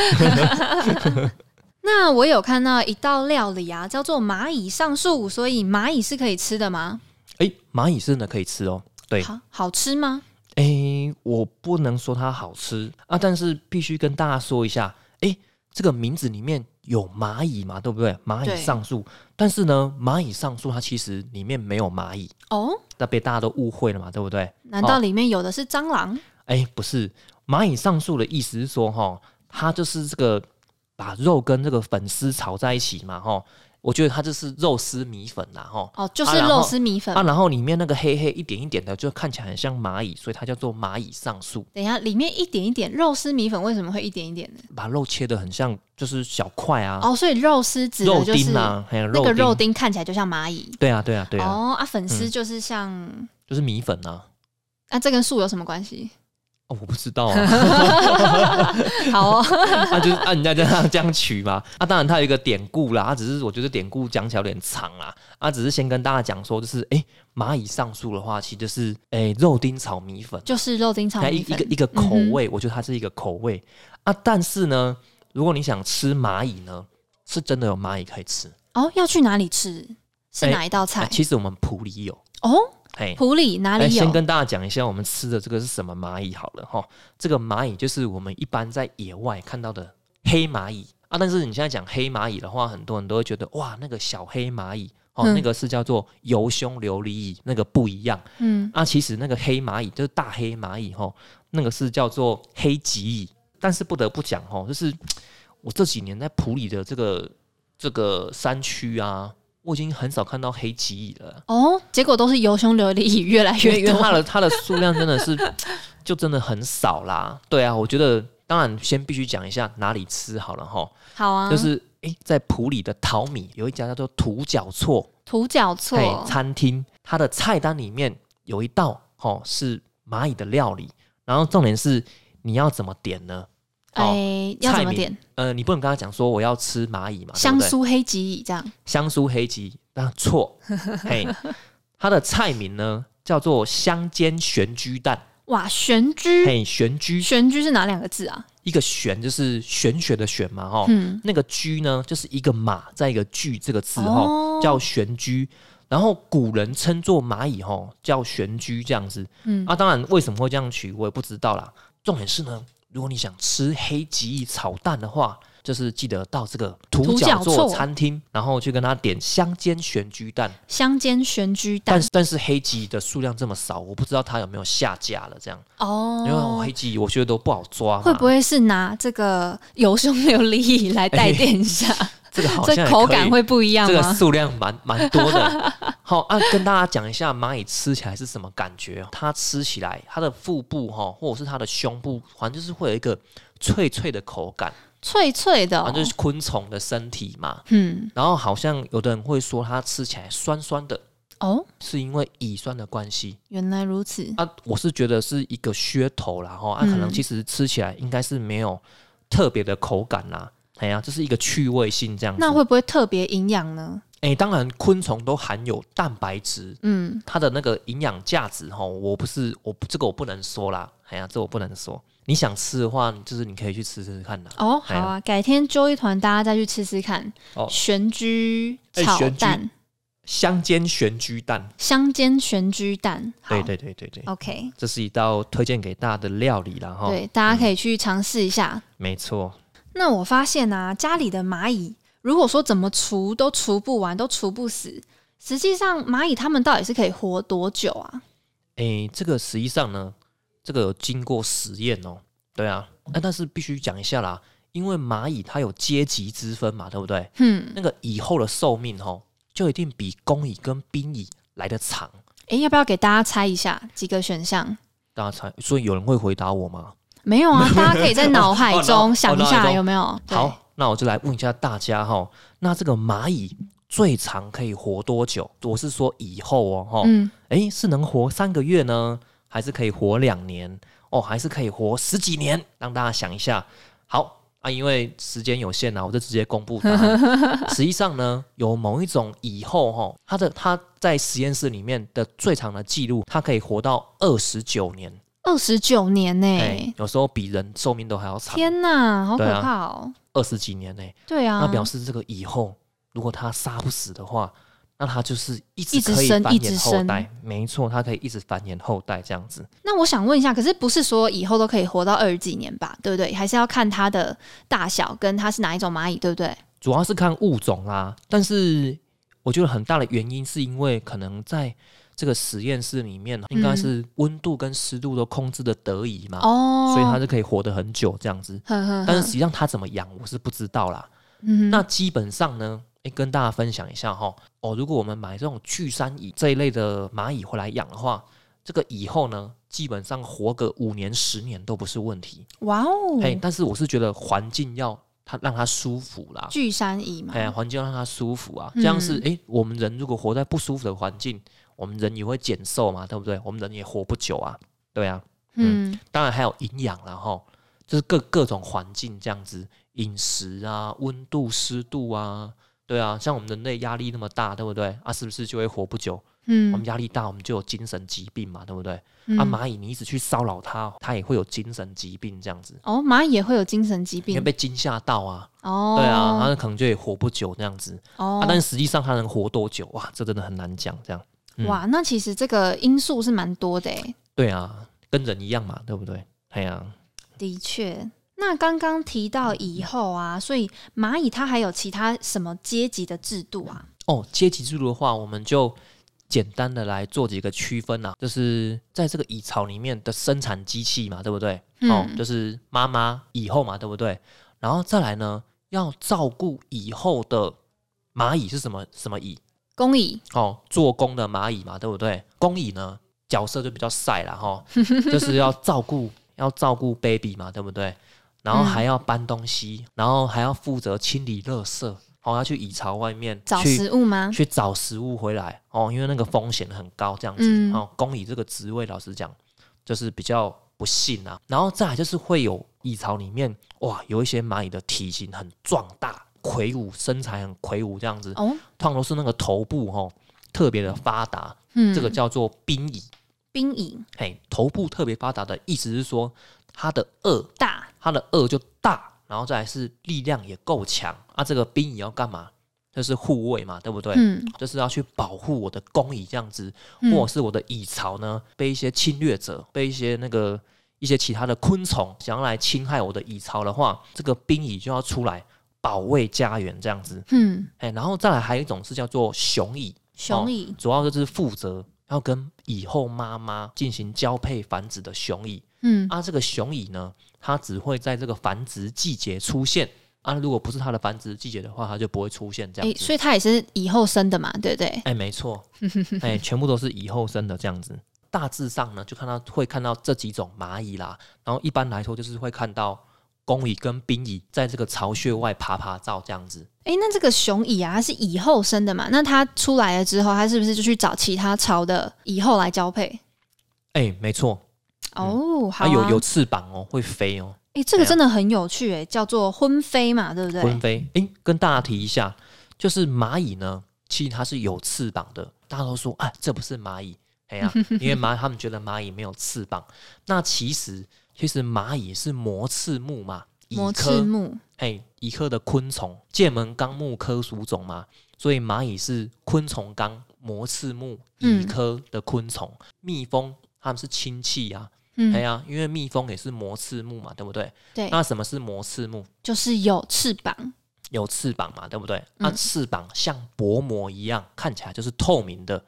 Speaker 1: 那我有看到一道料理啊，叫做蚂蚁上树，所以蚂蚁是可以吃的吗？
Speaker 2: 哎，蚂蚁是呢可以吃哦。对，
Speaker 1: 好好吃吗？
Speaker 2: 诶，我不能说它好吃啊，但是必须跟大家说一下，诶，这个名字里面有蚂蚁嘛，对不对？蚂
Speaker 1: 对
Speaker 2: 蚁上树，但是呢，蚂蚁上树它其实里面没有蚂蚁，
Speaker 1: 哦，
Speaker 2: 那被大家都误会了嘛，对不对？
Speaker 1: 难道里面有的是蟑螂？
Speaker 2: 诶，哎不是，蚂蚁上树的意思是说，哈，它就是这个把肉跟这个粉丝炒在一起嘛，哈，我觉得它就是肉丝米粉啦，哈。
Speaker 1: 哦，就是
Speaker 2: 啊然后
Speaker 1: 肉丝米粉。
Speaker 2: 啊，然后里面那个黑黑一点一点的，就看起来很像蚂蚁，所以它叫做蚂蚁上树。
Speaker 1: 等一下，里面一点一点肉丝米粉为什么会一点一点呢？
Speaker 2: 把肉切的很像，就是小块啊，
Speaker 1: 哦，所以肉丝指的
Speaker 2: 肉
Speaker 1: 就是
Speaker 2: 丁啊，还有
Speaker 1: 那个肉
Speaker 2: 丁，
Speaker 1: 丁看起来就像蚂蚁。
Speaker 2: 对啊，对啊，对啊，
Speaker 1: 哦啊，粉丝就是像，那、
Speaker 2: 就是米粉啊。
Speaker 1: 这跟树有什么关 系？
Speaker 2: 哦，我不知 道啊，
Speaker 1: 好哦，
Speaker 2: 啊就是按人家这样这样取嘛。啊，当然它有一个典故啦，啊，只是我觉得典故讲起来有点长啦，啊，只是先跟大家讲说，就是诶，蚂蚁上树的话，其实就是诶肉丁炒米粉，
Speaker 1: 就是肉丁炒
Speaker 2: 哎它一
Speaker 1: 米
Speaker 2: 一
Speaker 1: 粉嗯
Speaker 2: 个一个口味，我觉得它是一个口味啊。但是呢，如果你想吃蚂蚁呢，是真的有蚂蚁可以吃。
Speaker 1: 哦，要去哪里吃？是
Speaker 2: 哎
Speaker 1: 哪一道菜？
Speaker 2: 啊、其实我们埔里有，
Speaker 1: 哦，
Speaker 2: 哎，
Speaker 1: 普里哪
Speaker 2: 来，
Speaker 1: 里有？
Speaker 2: 先跟大家讲一下我们吃的这个是什么蚂蚁好了哈。这个蚂蚁就是我们一般在野外看到的黑蚂蚁啊，但是你现在讲黑蚂蚁的话，很多人都会觉得哇，那个小黑蚂蚁哦，
Speaker 1: 嗯
Speaker 2: 那个是叫做油胸琉璃蚁，那个不一样
Speaker 1: 嗯，
Speaker 2: 啊。其实那个黑蚂蚁就是大黑蚂蚁哈，那个是叫做黑棘蚁。但是不得不讲哈，就是我这几年在普里的这个这个山区啊，我已经很少看到黑棘蚁了。
Speaker 1: 哦，结果都是油胸琉璃蚁越 来
Speaker 2: 因
Speaker 1: 越
Speaker 2: 为
Speaker 1: 多。
Speaker 2: 它的它的数量真的是就真的很少啦。对啊，我觉得当然先必须讲一下哪里吃好了哈，
Speaker 1: 好啊，
Speaker 2: 就是诶、在普里的淘米有一家叫做土角厝
Speaker 1: 土脚错
Speaker 2: 嘿餐厅，它的菜单里面有一道哦是蚂蚁的料理，然后重点是你要怎么点呢？哦
Speaker 1: 哎，要怎
Speaker 2: 菜
Speaker 1: 么
Speaker 2: 名
Speaker 1: 点？
Speaker 2: 呃，你不能跟他讲说我要吃蚂蚁嘛，对
Speaker 1: 香
Speaker 2: 不对
Speaker 1: 酥黑吉蚁这样。
Speaker 2: 香酥黑吉，那 错，嘿，它的菜名呢叫做香煎玄居蛋，
Speaker 1: 哇，玄居，
Speaker 2: 嘿，玄居
Speaker 1: 玄居是哪两个字啊？
Speaker 2: 一个玄就是玄学的玄嘛，哈、
Speaker 1: 嗯，
Speaker 2: 那个居呢就是一个马在一个居这个字哈、
Speaker 1: 哦
Speaker 2: 叫玄居。然后古人称作蚂蚁哈叫玄居这样子，
Speaker 1: 嗯
Speaker 2: 啊，当然为什么会这样取我也不知道啦。重点是呢，如果你想吃黑吉蚁炒蛋的话，就是记得到这个
Speaker 1: 土
Speaker 2: 土
Speaker 1: 角
Speaker 2: 角
Speaker 1: 座
Speaker 2: 座餐厅，然后去跟他点香煎玄居蛋。
Speaker 1: 香煎玄居蛋
Speaker 2: 但是但是黑吉蚁的数量这么少，我不知道它有没有下架了这样，因为
Speaker 1: 哦
Speaker 2: 黑。吉蚁我觉得都不好抓嘛。
Speaker 1: 会不会是拿这个油松琉璃蚁来代垫一下？
Speaker 2: 这哎个好像也
Speaker 1: 这口
Speaker 2: 可以
Speaker 1: 感会不一样
Speaker 2: 这个
Speaker 1: 吗？
Speaker 2: 数量蛮蛮多的。 好啊，跟大家讲一下蚂蚁吃起来是什么感觉。哦它吃起来，它的腹部哈，或者是它的胸部，反正就是会有一个脆脆的口感，
Speaker 1: 脆脆的、
Speaker 2: 反
Speaker 1: 哦
Speaker 2: 正，就是昆虫的身体嘛。
Speaker 1: 嗯，
Speaker 2: 然后好像有的人会说它吃起来酸酸的，
Speaker 1: 哦，
Speaker 2: 是因为乙酸的关系
Speaker 1: 原来如此，
Speaker 2: 啊。我是觉得是一个噱头啦，哈，啊，可能
Speaker 1: 嗯
Speaker 2: 其实吃起来应该是没有特别的口感啦。哎呀，就是一个趣味性这样子。
Speaker 1: 那会不会特别营养呢？
Speaker 2: 哎、当然昆虫都含有蛋白质，
Speaker 1: 嗯，
Speaker 2: 它的那个营养价值哈，我不是我不这个我不能说啦，哎呀，这我不能说。你想吃的话，就是你可以去吃吃看啦。
Speaker 1: 哦，
Speaker 2: 哎
Speaker 1: 好
Speaker 2: 呀
Speaker 1: 啊，改天揪一团大家再去吃吃看。
Speaker 2: 哦
Speaker 1: 玄居
Speaker 2: 哎
Speaker 1: 炒
Speaker 2: 玄居
Speaker 1: 蛋，
Speaker 2: 香煎玄居蛋，
Speaker 1: 香煎玄居蛋，好
Speaker 2: 对对对对对，
Speaker 1: ，OK，
Speaker 2: 这是一道推荐给大家的料理啦哈。
Speaker 1: 对，大家可以去尝试一下。
Speaker 2: 没错，
Speaker 1: 那我发现啊，家里的蚂蚁，如果说怎么除都除不完，都除不死，实际上蚂蚁它们到底是可以活多久啊？
Speaker 2: 诶，这个实际上呢，这个有经过实验哦。对啊，
Speaker 1: 嗯
Speaker 2: 那但是必须讲一下啦，因为蚂蚁它有阶级之分嘛，对不对？
Speaker 1: 嗯，
Speaker 2: 那个蚁后的寿命哦，就一定比公蚁跟兵蚁来得长。
Speaker 1: 诶，要不要给大家猜一下几个选项？
Speaker 2: 大家猜，所以有人会回答我吗？
Speaker 1: 没 有啊，大家可以在脑海
Speaker 2: 哦脑
Speaker 1: 中想一
Speaker 2: 哦脑海
Speaker 1: 下
Speaker 2: 中
Speaker 1: 有没有？对，
Speaker 2: 好，那我就来问一下大家哈、那这个蚂蚁最长可以活多久？我是说蚁后哦，哈、
Speaker 1: 嗯，
Speaker 2: 诶，是能活三个月呢，还是可以活两年？哦，还是可以活十几年？让大家想一下。好啊，因为时间有限啊，我就直接公布答 案。实际上呢，有某一种蚁后哈，它的它在实验室里面的最长的记录，它可以活到二十九年。
Speaker 1: 二十九年呢、
Speaker 2: 哎，有时候比人寿命都还要长，
Speaker 1: 天呐，好可
Speaker 2: 对啊
Speaker 1: 怕哦！
Speaker 2: 二十几年呢、
Speaker 1: 对啊，
Speaker 2: 那表示这个蚁后，如果它杀不死的话，那它就是一直
Speaker 1: 一直
Speaker 2: 可以
Speaker 1: 生
Speaker 2: 繁
Speaker 1: 一直
Speaker 2: 衍后
Speaker 1: 生
Speaker 2: 代。没错，它可以一直繁衍后代这样子。
Speaker 1: 那我想问一下，可是不是说以后都可以活到二十几年吧？对不对？还是要看它的大小跟它是哪一种蚂蚁，对不对？
Speaker 2: 主要是看物种啦，但是我觉得很大的原因是因为可能在这个实验室里面，应该是温度跟湿度都控制的得宜嘛，
Speaker 1: 嗯哦，
Speaker 2: 啊所以它就可以活得很久这样子。
Speaker 1: 呵呵呵，
Speaker 2: 但是实际上它怎么养，我是不知道啦。
Speaker 1: 嗯
Speaker 2: 那基本上呢，诶，跟大家分享一下哈。哦，如果我们买这种巨山蚁这一类的蚂蚁回来养的话，这个蚁后呢，基本上活个五年、十年都不是问题。
Speaker 1: 哇哦，
Speaker 2: 哎、但是我是觉得环境要它让它舒服啦，
Speaker 1: 巨山蚁嘛，
Speaker 2: 哎、环境要让它舒服啊。这样是
Speaker 1: 嗯
Speaker 2: 诶，我们人如果活在不舒服的环境，我们人也会减寿嘛，对不对？我们人也活不久啊，对啊。
Speaker 1: 嗯，
Speaker 2: 当然还有营养啦，哈，就是各各种环境这样子，饮食啊、温度、湿度啊，对啊，像我们人类压力那么大，对不对？啊，是不是就会活不久？
Speaker 1: 嗯，
Speaker 2: 我们压力大，我们就有精神疾病嘛，对不对？
Speaker 1: 嗯
Speaker 2: 啊，蚂蚁你一直去骚扰它，它也会有精神疾病这样子，
Speaker 1: 哦，蚂蚁也会有精神疾
Speaker 2: 因为
Speaker 1: 病
Speaker 2: 被惊吓到啊，
Speaker 1: 哦，
Speaker 2: 对啊，它可能就也活不久这样子。
Speaker 1: 哦
Speaker 2: 啊，，但实际上它能活多久？哇，这真的很难讲，这样。嗯
Speaker 1: 哇，那其实这个因素是蛮多的欸诶，
Speaker 2: 对啊，跟人一样嘛，对不对？哎呀、
Speaker 1: 的确。那刚刚提到以后啊，所以蚂蚁它还有其他什么阶级的制度啊？
Speaker 2: 哦，阶级制度的话，我们就简单的来做几个区分啊，就是在这个蚁巢里面的生产机器嘛，对不对？哦，
Speaker 1: 嗯
Speaker 2: 就是妈妈蚁后嘛，对不对？然后再来呢，要照顾蚁后的蚂蚁是什么什么蚁？
Speaker 1: 工蚁，
Speaker 2: 哦，做工的蚂蚁嘛，对不对？工蚁呢，角色就比较晒 了哈，就是要照顾要照顾 baby 嘛，对不对？然
Speaker 1: 嗯
Speaker 2: 后还要搬东西，然后还要负责清理垃圾，哦，要去蚁巢外面
Speaker 1: 找
Speaker 2: 去
Speaker 1: 食物吗？
Speaker 2: 去找食物回来哦，因为那个风险很高，这样子、
Speaker 1: 嗯
Speaker 2: 哦。公蚁这个职位，老实讲，就是比较不幸啊。然后再来就是会有蚁巢里面哇，有一些蚂蚁的体型很壮大、魁梧，身材很魁梧这样子，
Speaker 1: 哦，
Speaker 2: 通常都是那个头部哦特别的发达，
Speaker 1: 嗯，
Speaker 2: 这个叫做兵蚁。
Speaker 1: 兵蚁
Speaker 2: 嘿，头部特别发达的意思是说，它的颚
Speaker 1: 大，
Speaker 2: 它的恶就大，然后再来是力量也够强啊。这个兵蚁要干嘛？就是护卫嘛，对不对？
Speaker 1: 嗯，
Speaker 2: 就是要去保护我的公蚁这样子，
Speaker 1: 嗯
Speaker 2: 或者是我的蚁巢呢被一些侵略者，被一些那个一些其他的昆虫想要来侵害我的蚁巢的话，这个兵蚁就要出来保卫家园这样子。
Speaker 1: 嗯，
Speaker 2: 哎，然后再来还有一种是叫做雄蚁，
Speaker 1: 雄蚁，
Speaker 2: 主要就是负责要跟蚁后妈妈进行交配繁殖的雄蚁。
Speaker 1: 嗯，
Speaker 2: 啊，这个雄蚁呢，它只会在这个繁殖季节出现。啊，如果不是它的繁殖季节的话，它就不会出现这
Speaker 1: 诶，
Speaker 2: 样子。
Speaker 1: 所以它也是以后生的嘛，对不对？
Speaker 2: 哎、没错，哎、全部都是蚁后生的这样子。大致上呢，就看到会看到这几种蚂蚁啦。然后一般来说，就是会看到公蚁跟兵蚁在这个巢穴外爬爬照这样子。
Speaker 1: 诶，那这个雄蚁啊，它是蚁后生的嘛？那它出来了之后，它是不是就去找其他巢的蚁后来交配？
Speaker 2: 哎、没错，
Speaker 1: 哦，好
Speaker 2: 它、
Speaker 1: 啊，
Speaker 2: 嗯有有翅膀哦，会飞哦，
Speaker 1: 诶，这
Speaker 2: 哎
Speaker 1: 个
Speaker 2: 呀
Speaker 1: 真的很有趣诶，叫做婚飞嘛，对不对？
Speaker 2: 会飞。哎、跟大家提一下，就是蚂蚁呢，其实它是有翅膀的。大家都说，啊 哎、这不是蚂蚁，哎呀、因为蚂他们觉得蚂蚁没有翅膀。那其实其实蚂蚁是膜翅目嘛，蚁
Speaker 1: 膜翅
Speaker 2: 科
Speaker 1: 目，
Speaker 2: 哎，蚁科的昆虫，界门纲目科属种嘛，所以蚂蚁是昆虫纲膜翅目蚁
Speaker 1: 嗯
Speaker 2: 科的昆虫。蜜蜂它们是亲戚啊，哎
Speaker 1: 嗯，
Speaker 2: 呀、因为蜜蜂也是膜翅目嘛，对不对？
Speaker 1: 对，
Speaker 2: 那什么是膜翅目？
Speaker 1: 就是有翅膀，
Speaker 2: 有翅膀嘛，对不对？那、
Speaker 1: 嗯
Speaker 2: 翅膀像薄膜一样，看起来就是透明的。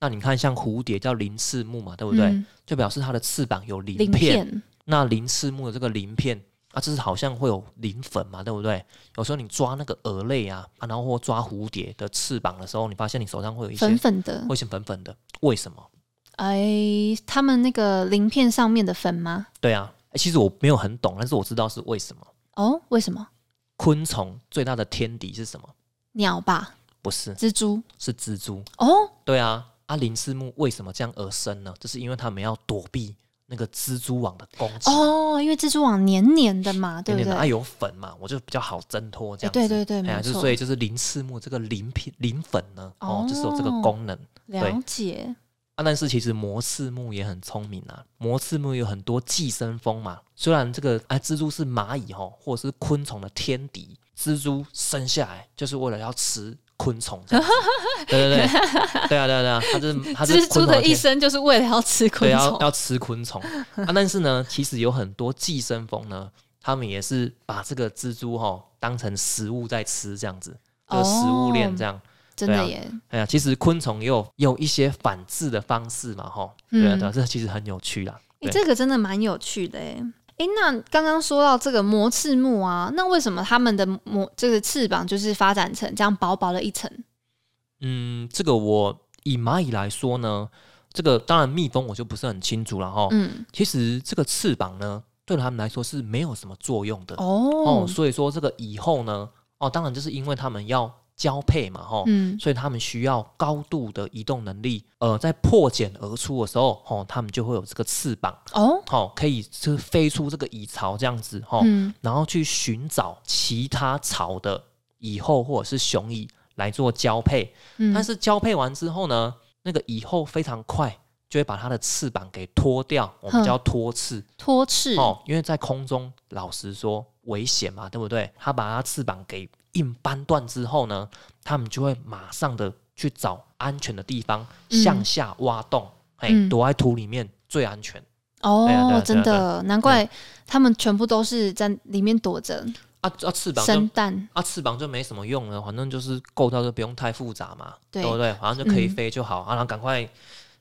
Speaker 2: 那你看，像蝴蝶叫鳞翅目嘛，对不对？
Speaker 1: 嗯
Speaker 2: 就表示它的翅膀有鳞
Speaker 1: 鳞片，
Speaker 2: 那鳞翅目的这个鳞片啊，就是好像会有鳞粉嘛，对不对？有时候你抓那个蛾类啊，啊，然后或抓蝴蝶的翅膀的时候，你发现你手上会有一些
Speaker 1: 粉粉的，
Speaker 2: 会一些粉粉的，为什么？
Speaker 1: 哎，他们那个鳞片上面的粉吗？
Speaker 2: 对啊，欸其实我没有很懂，但是我知道是为什么。
Speaker 1: 哦，为什么？
Speaker 2: 昆虫最大的天敌是什么？
Speaker 1: 鸟吧，
Speaker 2: 不是，
Speaker 1: 蜘蛛，
Speaker 2: 是蜘蛛。
Speaker 1: 哦，
Speaker 2: 对啊，啊，鳞翅目为什么这样而生呢？就是因为它们要躲避那个蜘蛛网的攻击，
Speaker 1: 哦，因为蜘蛛网黏黏的嘛，对
Speaker 2: 有
Speaker 1: 不
Speaker 2: 点
Speaker 1: 对？
Speaker 2: 难啊，有粉嘛，我就比较好挣脱
Speaker 1: 哎
Speaker 2: 这样子。
Speaker 1: 对对对，
Speaker 2: 哎呀，
Speaker 1: 没
Speaker 2: 就
Speaker 1: 错，
Speaker 2: 所以就是鳞翅目这个鳞片鳞粉呢，哦
Speaker 1: 哦，
Speaker 2: 就是有这个功能对
Speaker 1: 了解，
Speaker 2: 啊。但是其实膜翅目也很聪明啊，膜翅目有很多寄生蜂嘛。虽然这个啊蜘蛛是蚂蚁哦，或者是昆虫的天敌，蜘蛛生下来就是为了要吃昆 虫这样子对对对，对啊对啊对啊，它是它是
Speaker 1: 蜘
Speaker 2: 昆
Speaker 1: 蛛
Speaker 2: 虫
Speaker 1: 的
Speaker 2: 天
Speaker 1: 一生就是为了要吃
Speaker 2: 对，
Speaker 1: 昆
Speaker 2: 要
Speaker 1: 虫，
Speaker 2: 要吃昆虫啊。但 是呢，其实有很多寄生蜂呢，他们也是把这个蜘蛛哈、当成食物在吃，这样子，就是食物链这样。
Speaker 1: 真
Speaker 2: 对
Speaker 1: 的
Speaker 2: 啊
Speaker 1: 耶，
Speaker 2: 哎呀，其实昆虫也有也有一些反制的方式嘛，哈、对啊，
Speaker 1: 嗯
Speaker 2: 对啊，这其实很有趣啦。
Speaker 1: 诶，
Speaker 2: 对
Speaker 1: 这个真的蛮有趣的诶。诶，那刚刚说到这个膜翅目啊，那为什么他们的膜这个翅膀就是发展成这样薄薄的一层？
Speaker 2: 嗯，这个我以蚂蚁来说呢，这个当然蜜蜂我就不是很清楚了哈、
Speaker 1: 嗯，
Speaker 2: 其实这个翅膀呢，对他们来说是没有什么作用的
Speaker 1: 哦，
Speaker 2: 所以说这个以后呢，哦，当然就是因为他们要交配嘛，哈、
Speaker 1: 嗯，
Speaker 2: 所以他们需要高度的移动能力。呃，在破茧而出的时候，哦，他们就会有这个翅膀，
Speaker 1: 哦，
Speaker 2: 哦，可以是飞出这个蚁巢这样子，哦，
Speaker 1: 嗯，
Speaker 2: 然后去寻找其他巢的蚁后或者是雄蚁来做交配。
Speaker 1: 嗯
Speaker 2: 但是交配完之后呢，那个蚁后非常快。就会把它的翅膀给脱掉，我们
Speaker 1: 哼
Speaker 2: 叫脱翅
Speaker 1: 脱翅，
Speaker 2: 哦，因为在空中，老实说危险嘛，对不对？它把它翅膀给硬扳断之后呢，它们就会马上的去找安全的地方，
Speaker 1: 嗯
Speaker 2: 向下挖洞，哎、
Speaker 1: 嗯
Speaker 2: 躲在土里面最安全。对啊对啊对
Speaker 1: 哦
Speaker 2: 啊，
Speaker 1: 真
Speaker 2: 对
Speaker 1: 的，难怪他们全部都是在里面躲着
Speaker 2: 啊啊，翅膀
Speaker 1: 生
Speaker 2: 就
Speaker 1: 蛋，
Speaker 2: 啊翅膀就没什么用了，反正就是构造就不用太复杂嘛，
Speaker 1: 对
Speaker 2: 不对？反正就可以
Speaker 1: 嗯
Speaker 2: 飞就好、啊，然后赶快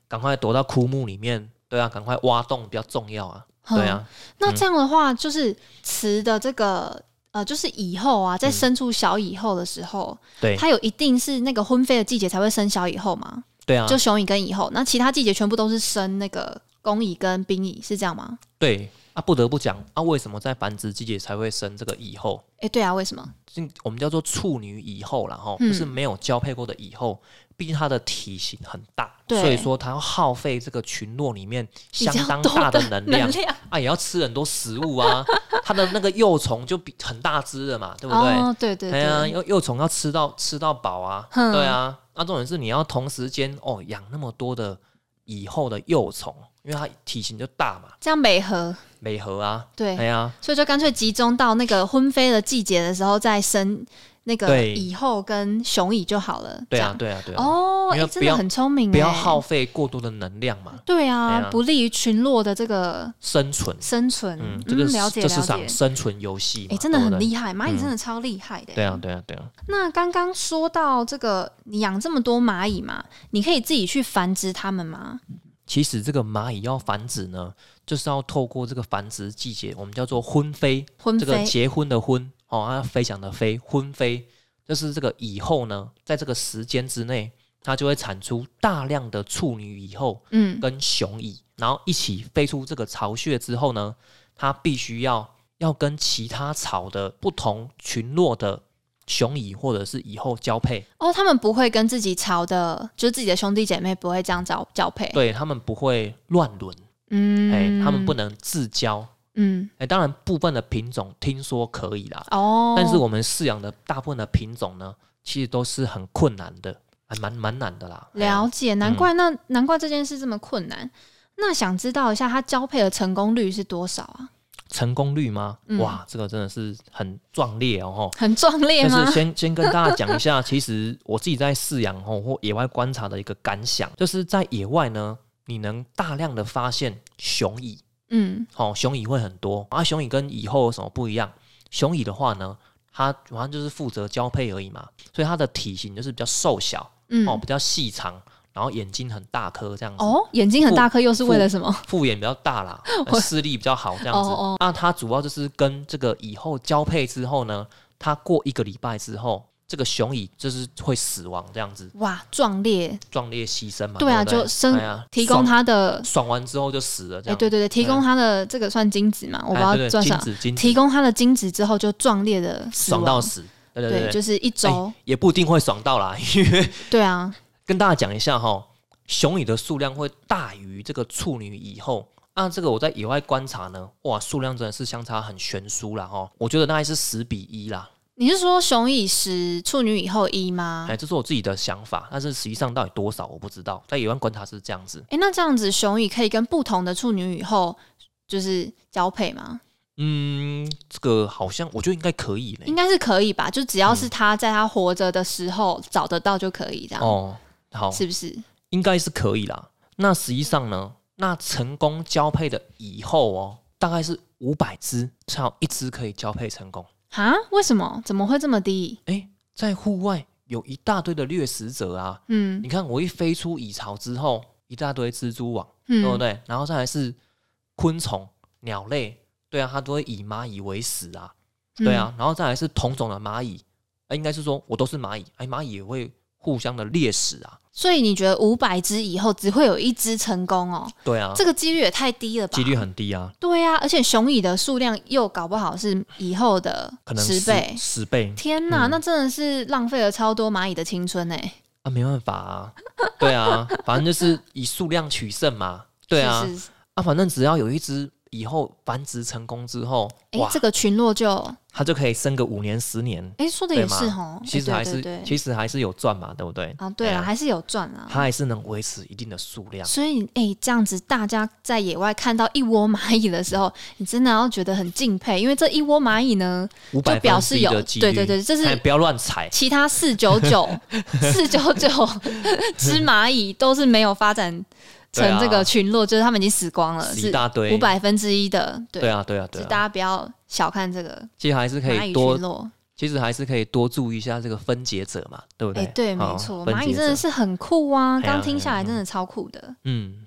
Speaker 2: 赶快躲到枯木里面，对啊，赶快挖洞比较重要啊，
Speaker 1: 哼
Speaker 2: 对啊，
Speaker 1: 那
Speaker 2: 嗯
Speaker 1: 这样的话，就是雌的这个呃，就是以后啊，在
Speaker 2: 嗯
Speaker 1: 生出小以后的时候，
Speaker 2: 对
Speaker 1: 它有一定是那个婚飞的季节才会生小以后嘛，
Speaker 2: 对啊，
Speaker 1: 就雄蚁跟蚁后，那其他季节全部都是生那个公蚁跟兵蚁，是这样吗？
Speaker 2: 对啊，不得不讲啊，为什么在繁殖季节才会生这个蚁后？
Speaker 1: 哎、对啊，为什么？
Speaker 2: 就我们叫做处女蚁后啦，然后
Speaker 1: 嗯
Speaker 2: 就是没有交配过的蚁后，毕竟它的体型很大，
Speaker 1: 对
Speaker 2: 所以说它要耗费这个群落里面
Speaker 1: 比
Speaker 2: 相
Speaker 1: 较
Speaker 2: 当
Speaker 1: 多
Speaker 2: 大
Speaker 1: 的
Speaker 2: 能
Speaker 1: 量，
Speaker 2: 啊，也要吃很多食物啊，它的那个幼虫就比很大只了嘛，对不对？
Speaker 1: 哦，对对对，
Speaker 2: 哎呀，幼幼虫要吃到吃到饱啊，
Speaker 1: 哼
Speaker 2: 对啊，那重点是你要同时间哦养那么多的蚁后的幼虫，因为它体型就大嘛，
Speaker 1: 这样美合，
Speaker 2: 美和啊，
Speaker 1: 对，
Speaker 2: 哎呀，
Speaker 1: 所以就干脆集中到那个婚飞的季节的时候再生那个
Speaker 2: 对
Speaker 1: 蚁后跟雄蚁就好了，
Speaker 2: 对
Speaker 1: 这
Speaker 2: 啊
Speaker 1: 样，。
Speaker 2: 对啊，对啊，
Speaker 1: 哦，哎、
Speaker 2: 因为
Speaker 1: 真的
Speaker 2: 不要
Speaker 1: 很聪明、哎
Speaker 2: 不要耗费过多的能量嘛，
Speaker 1: 对啊，
Speaker 2: 哎呀
Speaker 1: 不利于群落的这个
Speaker 2: 生存。
Speaker 1: 生存。
Speaker 2: 嗯，这个是、
Speaker 1: 了解
Speaker 2: 这
Speaker 1: 了
Speaker 2: 是
Speaker 1: 解
Speaker 2: 场。生存游戏嘛，
Speaker 1: 哎、真的很
Speaker 2: 害。
Speaker 1: 厉害，蚂蚁
Speaker 2: 嗯
Speaker 1: 真的超厉害的、
Speaker 2: 对啊，对啊，对啊，
Speaker 1: 那刚刚说到这个，你养这么多蚂蚁嘛，你可以自己去繁殖它们吗？
Speaker 2: 其实这个蚂蚁要繁殖呢，就是要透过这个繁殖季节，我们叫做婚飞，
Speaker 1: 婚
Speaker 2: 这个
Speaker 1: 飞，
Speaker 2: 结婚的婚哦，啊，飞翔的飞，婚飞，就是这个蚁后呢，在这个时间之内，它就会产出大量的处女蚁后
Speaker 1: 嗯，
Speaker 2: 跟雄蚁，然后一起飞出这个巢穴之后呢，它必须要要跟其他巢的不同群落的雄蚁或者是蚁后交配。
Speaker 1: 哦，他们不会跟自己巢的，就是自己的兄弟姐妹不会这样交交配，
Speaker 2: 对他们不会乱伦，
Speaker 1: 嗯，
Speaker 2: 哎、他们不，能自交，
Speaker 1: 嗯，
Speaker 2: 哎、当然部分的品种听说可以啦，
Speaker 1: 哦，
Speaker 2: 但是我们饲养的大部分的品种呢，其实都是很困难的，还蛮蛮难的啦。哎呀
Speaker 1: 了解，难怪那、难怪这件事这么困难。那想知道一下，它交配的成功率是多少啊？
Speaker 2: 成功率吗？
Speaker 1: 嗯
Speaker 2: 哇，这个真的是很壮烈 哦吼。
Speaker 1: 很壮烈
Speaker 2: 但
Speaker 1: 吗
Speaker 2: 是？先先跟大家讲一下，其实我自己在饲养吼或野外观察的一个感想，就是在野外呢，你能大量的发现雄蚁，
Speaker 1: 嗯
Speaker 2: 哦，雄蚁会很多啊。雄蚁跟蚁后有什么不一样？雄蚁的话呢，它好像就是负责交配而已嘛，所以它的体型就是比较瘦小
Speaker 1: 嗯
Speaker 2: 哦，比较细长，然后眼睛很大颗这样子，
Speaker 1: 哦，眼睛很大颗，又是为了什么？
Speaker 2: 复眼比较大啦，呃
Speaker 1: 我
Speaker 2: 视力比较好这样子。
Speaker 1: 哦哦，
Speaker 2: 那它主要就是跟这个蚁后交配之后呢，它过一个礼拜之后，这个雄蚁就是会死亡这样子，
Speaker 1: 哇，壮烈，
Speaker 2: 壮烈牺牲嘛。
Speaker 1: 对啊
Speaker 2: 不对
Speaker 1: 就生
Speaker 2: 哎呀
Speaker 1: 提供
Speaker 2: 爽
Speaker 1: 它的，
Speaker 2: 爽完之后就死了这
Speaker 1: 哎、
Speaker 2: 样。
Speaker 1: 对对对，提供
Speaker 2: 哎
Speaker 1: 它的这个算精子嘛？我不
Speaker 2: 哎，
Speaker 1: 知道
Speaker 2: 对对
Speaker 1: 算
Speaker 2: 精
Speaker 1: 啥，
Speaker 2: 子精子
Speaker 1: 提供它的精子之后就壮烈的死
Speaker 2: 爽
Speaker 1: 亡
Speaker 2: 到死，对对哎
Speaker 1: 对，
Speaker 2: 对，
Speaker 1: 就是一周，
Speaker 2: 也不一定会爽到啦， 因为
Speaker 1: 对啊，
Speaker 2: 跟大家讲一下哈，雄蚁的数量会大于这个处女蚁后。按、这个我在野外观察呢，哇，数量真的是相差很悬殊啦哈，我觉得大概是十比一啦，
Speaker 1: 你是说雄蚁十，处女以后一吗？
Speaker 2: 哎，这是我自己的想法，但是实际上到底多少我不知道，在野外观察是这样子。
Speaker 1: 哎、那这样子雄蚁可以跟不同的处女以后就是交配吗？
Speaker 2: 嗯，这个好像我觉得应该可以嘞
Speaker 1: 应。该是可以吧，就只
Speaker 2: 嗯
Speaker 1: 要是它在它活着的时候找得到就可以，这样、
Speaker 2: 哦，好，
Speaker 1: 啊是不是？
Speaker 2: 应该是可以啦。那实际上呢，那成功交配的蚁后哦，大概是五百只，才有一只可以交配成功。
Speaker 1: 啊？为什么？怎么会这么低？
Speaker 2: 哎，在户外有一大堆的掠食者啊，
Speaker 1: 嗯
Speaker 2: 你看我一飞出蚁巢之后，一大堆蜘蛛网，
Speaker 1: 嗯，
Speaker 2: 哦对不对？然后再来是昆虫、鸟类，对啊，它都会以蚂蚁为食啊，
Speaker 1: 嗯
Speaker 2: 对啊，然后再来是同种的蚂蚁，哎，应该是说我都是蚂蚁，哎，蚂蚁也会互相的猎食啊，
Speaker 1: 所以你觉得五百只以后只会有一只成功哦？
Speaker 2: 对啊，
Speaker 1: 这个几率也太低了吧？
Speaker 2: 几率很低啊，
Speaker 1: 对啊，而且雄蚁的数量又搞不好是以后的
Speaker 2: 可能
Speaker 1: 十倍。
Speaker 2: 十倍
Speaker 1: 天呐，
Speaker 2: 嗯
Speaker 1: 那真的是浪费了超多蚂蚁的青春欸呢、
Speaker 2: 啊，没办法啊，对啊，反正就是以数量取胜嘛，对啊，
Speaker 1: 是是是
Speaker 2: 啊，反正只要有一只以后繁殖成功之后，
Speaker 1: 哎、
Speaker 2: 哇，
Speaker 1: 这个群落就
Speaker 2: 它就可以生个五年十年，
Speaker 1: 哎、说的
Speaker 2: 对
Speaker 1: 也
Speaker 2: 嘛
Speaker 1: 是哦，
Speaker 2: 其实
Speaker 1: 哎
Speaker 2: 还是、
Speaker 1: 对对对
Speaker 2: 其实还是有赚嘛，对不对？
Speaker 1: 啊，对
Speaker 2: 哎
Speaker 1: 了，
Speaker 2: 呀
Speaker 1: 还是有赚啊。
Speaker 2: 它还是能维持一定的数量。
Speaker 1: 所以，哎、这样子，大家在野外看到一窝蚂蚁的时候，你真的要觉得很敬佩，因为这一窝蚂蚁 呢，
Speaker 2: 五
Speaker 1: 就
Speaker 2: 百
Speaker 1: 表示有
Speaker 2: 的几率，
Speaker 1: 对对对这是
Speaker 2: 哎不要乱踩。
Speaker 1: 其他四九 九、四九九只蚂蚁都是没有发展成这个群落，就是他们已经死光了，
Speaker 2: 啊死一
Speaker 1: 呃是
Speaker 2: 大堆，
Speaker 1: 五百分之一的。对，
Speaker 2: 对啊，对啊，
Speaker 1: 所
Speaker 2: 对
Speaker 1: 以大
Speaker 2: 啊，
Speaker 1: 家不要小看这个
Speaker 2: 其实还是可
Speaker 1: 蚂
Speaker 2: 以
Speaker 1: 蚁
Speaker 2: 多
Speaker 1: 群，落。
Speaker 2: 其实还是可以多注意一下这个分解者嘛，对不
Speaker 1: 哎、
Speaker 2: 对？
Speaker 1: 对，
Speaker 2: 好
Speaker 1: 没错，
Speaker 2: 分
Speaker 1: 蚂
Speaker 2: 解
Speaker 1: 蚁真的
Speaker 2: 者
Speaker 1: 是很酷啊！
Speaker 2: 哎呀
Speaker 1: 刚听下来
Speaker 2: 哎呀
Speaker 1: 真的超酷的。
Speaker 2: 嗯，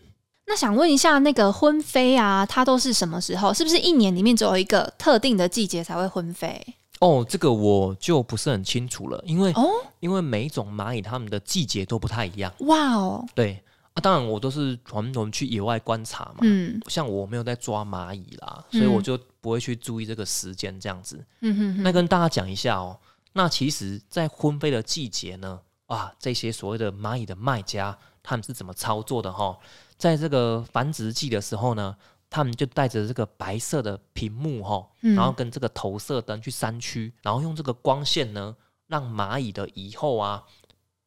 Speaker 1: 那想问一下，那个婚飞啊，它都是什么时候？是不是一年里面只有一个特定的季节才会婚飞？
Speaker 2: 哦，这个我就不是很清楚了，因为
Speaker 1: 哦，
Speaker 2: 因为每一种蚂蚁它们的季节都不太一样，
Speaker 1: 哇哦，
Speaker 2: 对啊，当然我都是我们我们去野外观察嘛，
Speaker 1: 嗯
Speaker 2: 像我没有在抓蚂蚁啦，所以
Speaker 1: 嗯
Speaker 2: 我就不会去注意这个时间这样子。
Speaker 1: 嗯哼
Speaker 2: 那
Speaker 1: 哼，
Speaker 2: 跟大家讲一下哦，那其实，在婚飞的季节呢，啊，这些所谓的蚂蚁的卖家，他们是怎么操作的哈、在这个繁殖季的时候呢，他们就带着这个白色的屏幕哈、
Speaker 1: 嗯
Speaker 2: 然后跟这个投射灯去山区，然后用这个光线呢，让蚂蚁的蚁后啊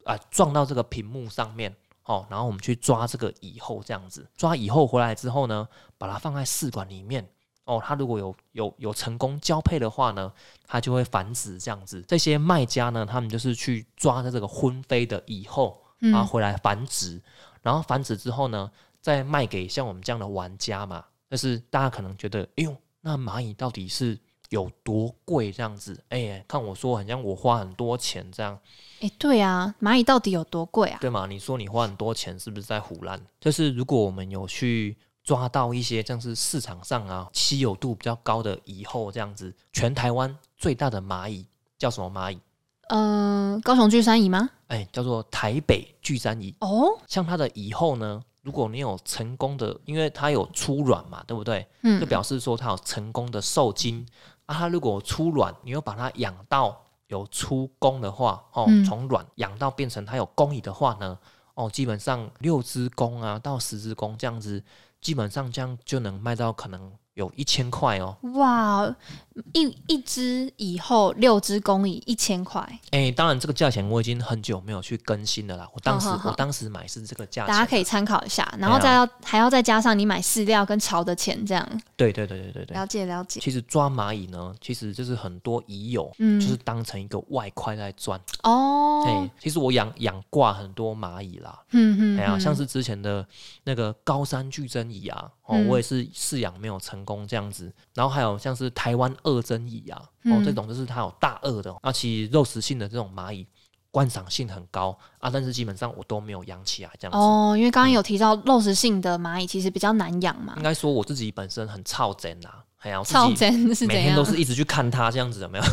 Speaker 2: 啊撞到这个屏幕上面。哦，然后我们去抓这个蚁后，这样子抓蚁后回来之后呢，把它放在试管里面。哦，它如果有有有成功交配的话呢，它就会繁殖这样子。这些卖家呢，他们就是去抓着这个婚飞的蚁后，
Speaker 1: 嗯
Speaker 2: 然后回来繁殖，然后繁殖之后呢，再卖给像我们这样的玩家嘛。但是大家可能觉得，哎呦，那蚂蚁到底是有多贵这样子？哎、看我说，好像我花很多钱这样，
Speaker 1: 哎、对啊，蚂蚁到底有多贵啊？
Speaker 2: 对吗？你说你花很多钱，是不是在胡乱？就是如果我们有去。抓到一些像是市场上啊稀有度比较高的蚁后这样子，全台湾最大的蚂蚁叫什么蚂蚁？
Speaker 1: 嗯、高雄巨山蚁吗？
Speaker 2: 哎，叫做台北巨山蚁。
Speaker 1: 哦，
Speaker 2: 像它的蚁后呢，如果你有成功的，因为它有出卵嘛，对不对？
Speaker 1: 嗯
Speaker 2: 就，表示说它有成功的受精。啊，它如果出卵，你又把它养到有出公的话，哦
Speaker 1: 嗯，
Speaker 2: 从卵养到变成它有公蚁的话呢，哦，基本上六只公啊到十只公这样子，基本上这样就能卖到可能有一千块哦。
Speaker 1: 哇，一一只蚁后六只公蚁一千块，
Speaker 2: 哎、当然这个价钱我已经很久没有去更新了啦。我当时、
Speaker 1: 哦好好好
Speaker 2: 我当时买是这个价
Speaker 1: 大
Speaker 2: 钱，
Speaker 1: 家可以参考一下，然后
Speaker 2: 对
Speaker 1: 再
Speaker 2: 啊
Speaker 1: 要、还要再加上你买饲料跟潮的钱，这样
Speaker 2: 对对对对对对。
Speaker 1: 了解了解。
Speaker 2: 其实抓蚂蚁呢，其实就是很多蚁友、
Speaker 1: 嗯，
Speaker 2: 就是当成一个外快来赚。哎、
Speaker 1: 哦，
Speaker 2: 其实我养养挂很多蚂蚁啦，
Speaker 1: 嗯嗯，
Speaker 2: 哎呀、
Speaker 1: 嗯
Speaker 2: 像是之前的那个高山巨针蚁啊，哦，
Speaker 1: 嗯
Speaker 2: 我也是饲养没有成功这样子。然后还有像是台湾二针蚁啊，哦
Speaker 1: 嗯，
Speaker 2: 这种就是它有大二的，哦那其实肉食性的这种蚂蚁观赏性很高啊，但是基本上我都没有养起来这样子。
Speaker 1: 哦，因为刚刚有提到肉食性的蚂蚁其实比较难养嘛
Speaker 2: 应，该说我自己本身很操真啦，哎呀、我自
Speaker 1: 超
Speaker 2: 己
Speaker 1: 真是怎
Speaker 2: 每天
Speaker 1: 样
Speaker 2: 都？是一直去看它这样子，有没有？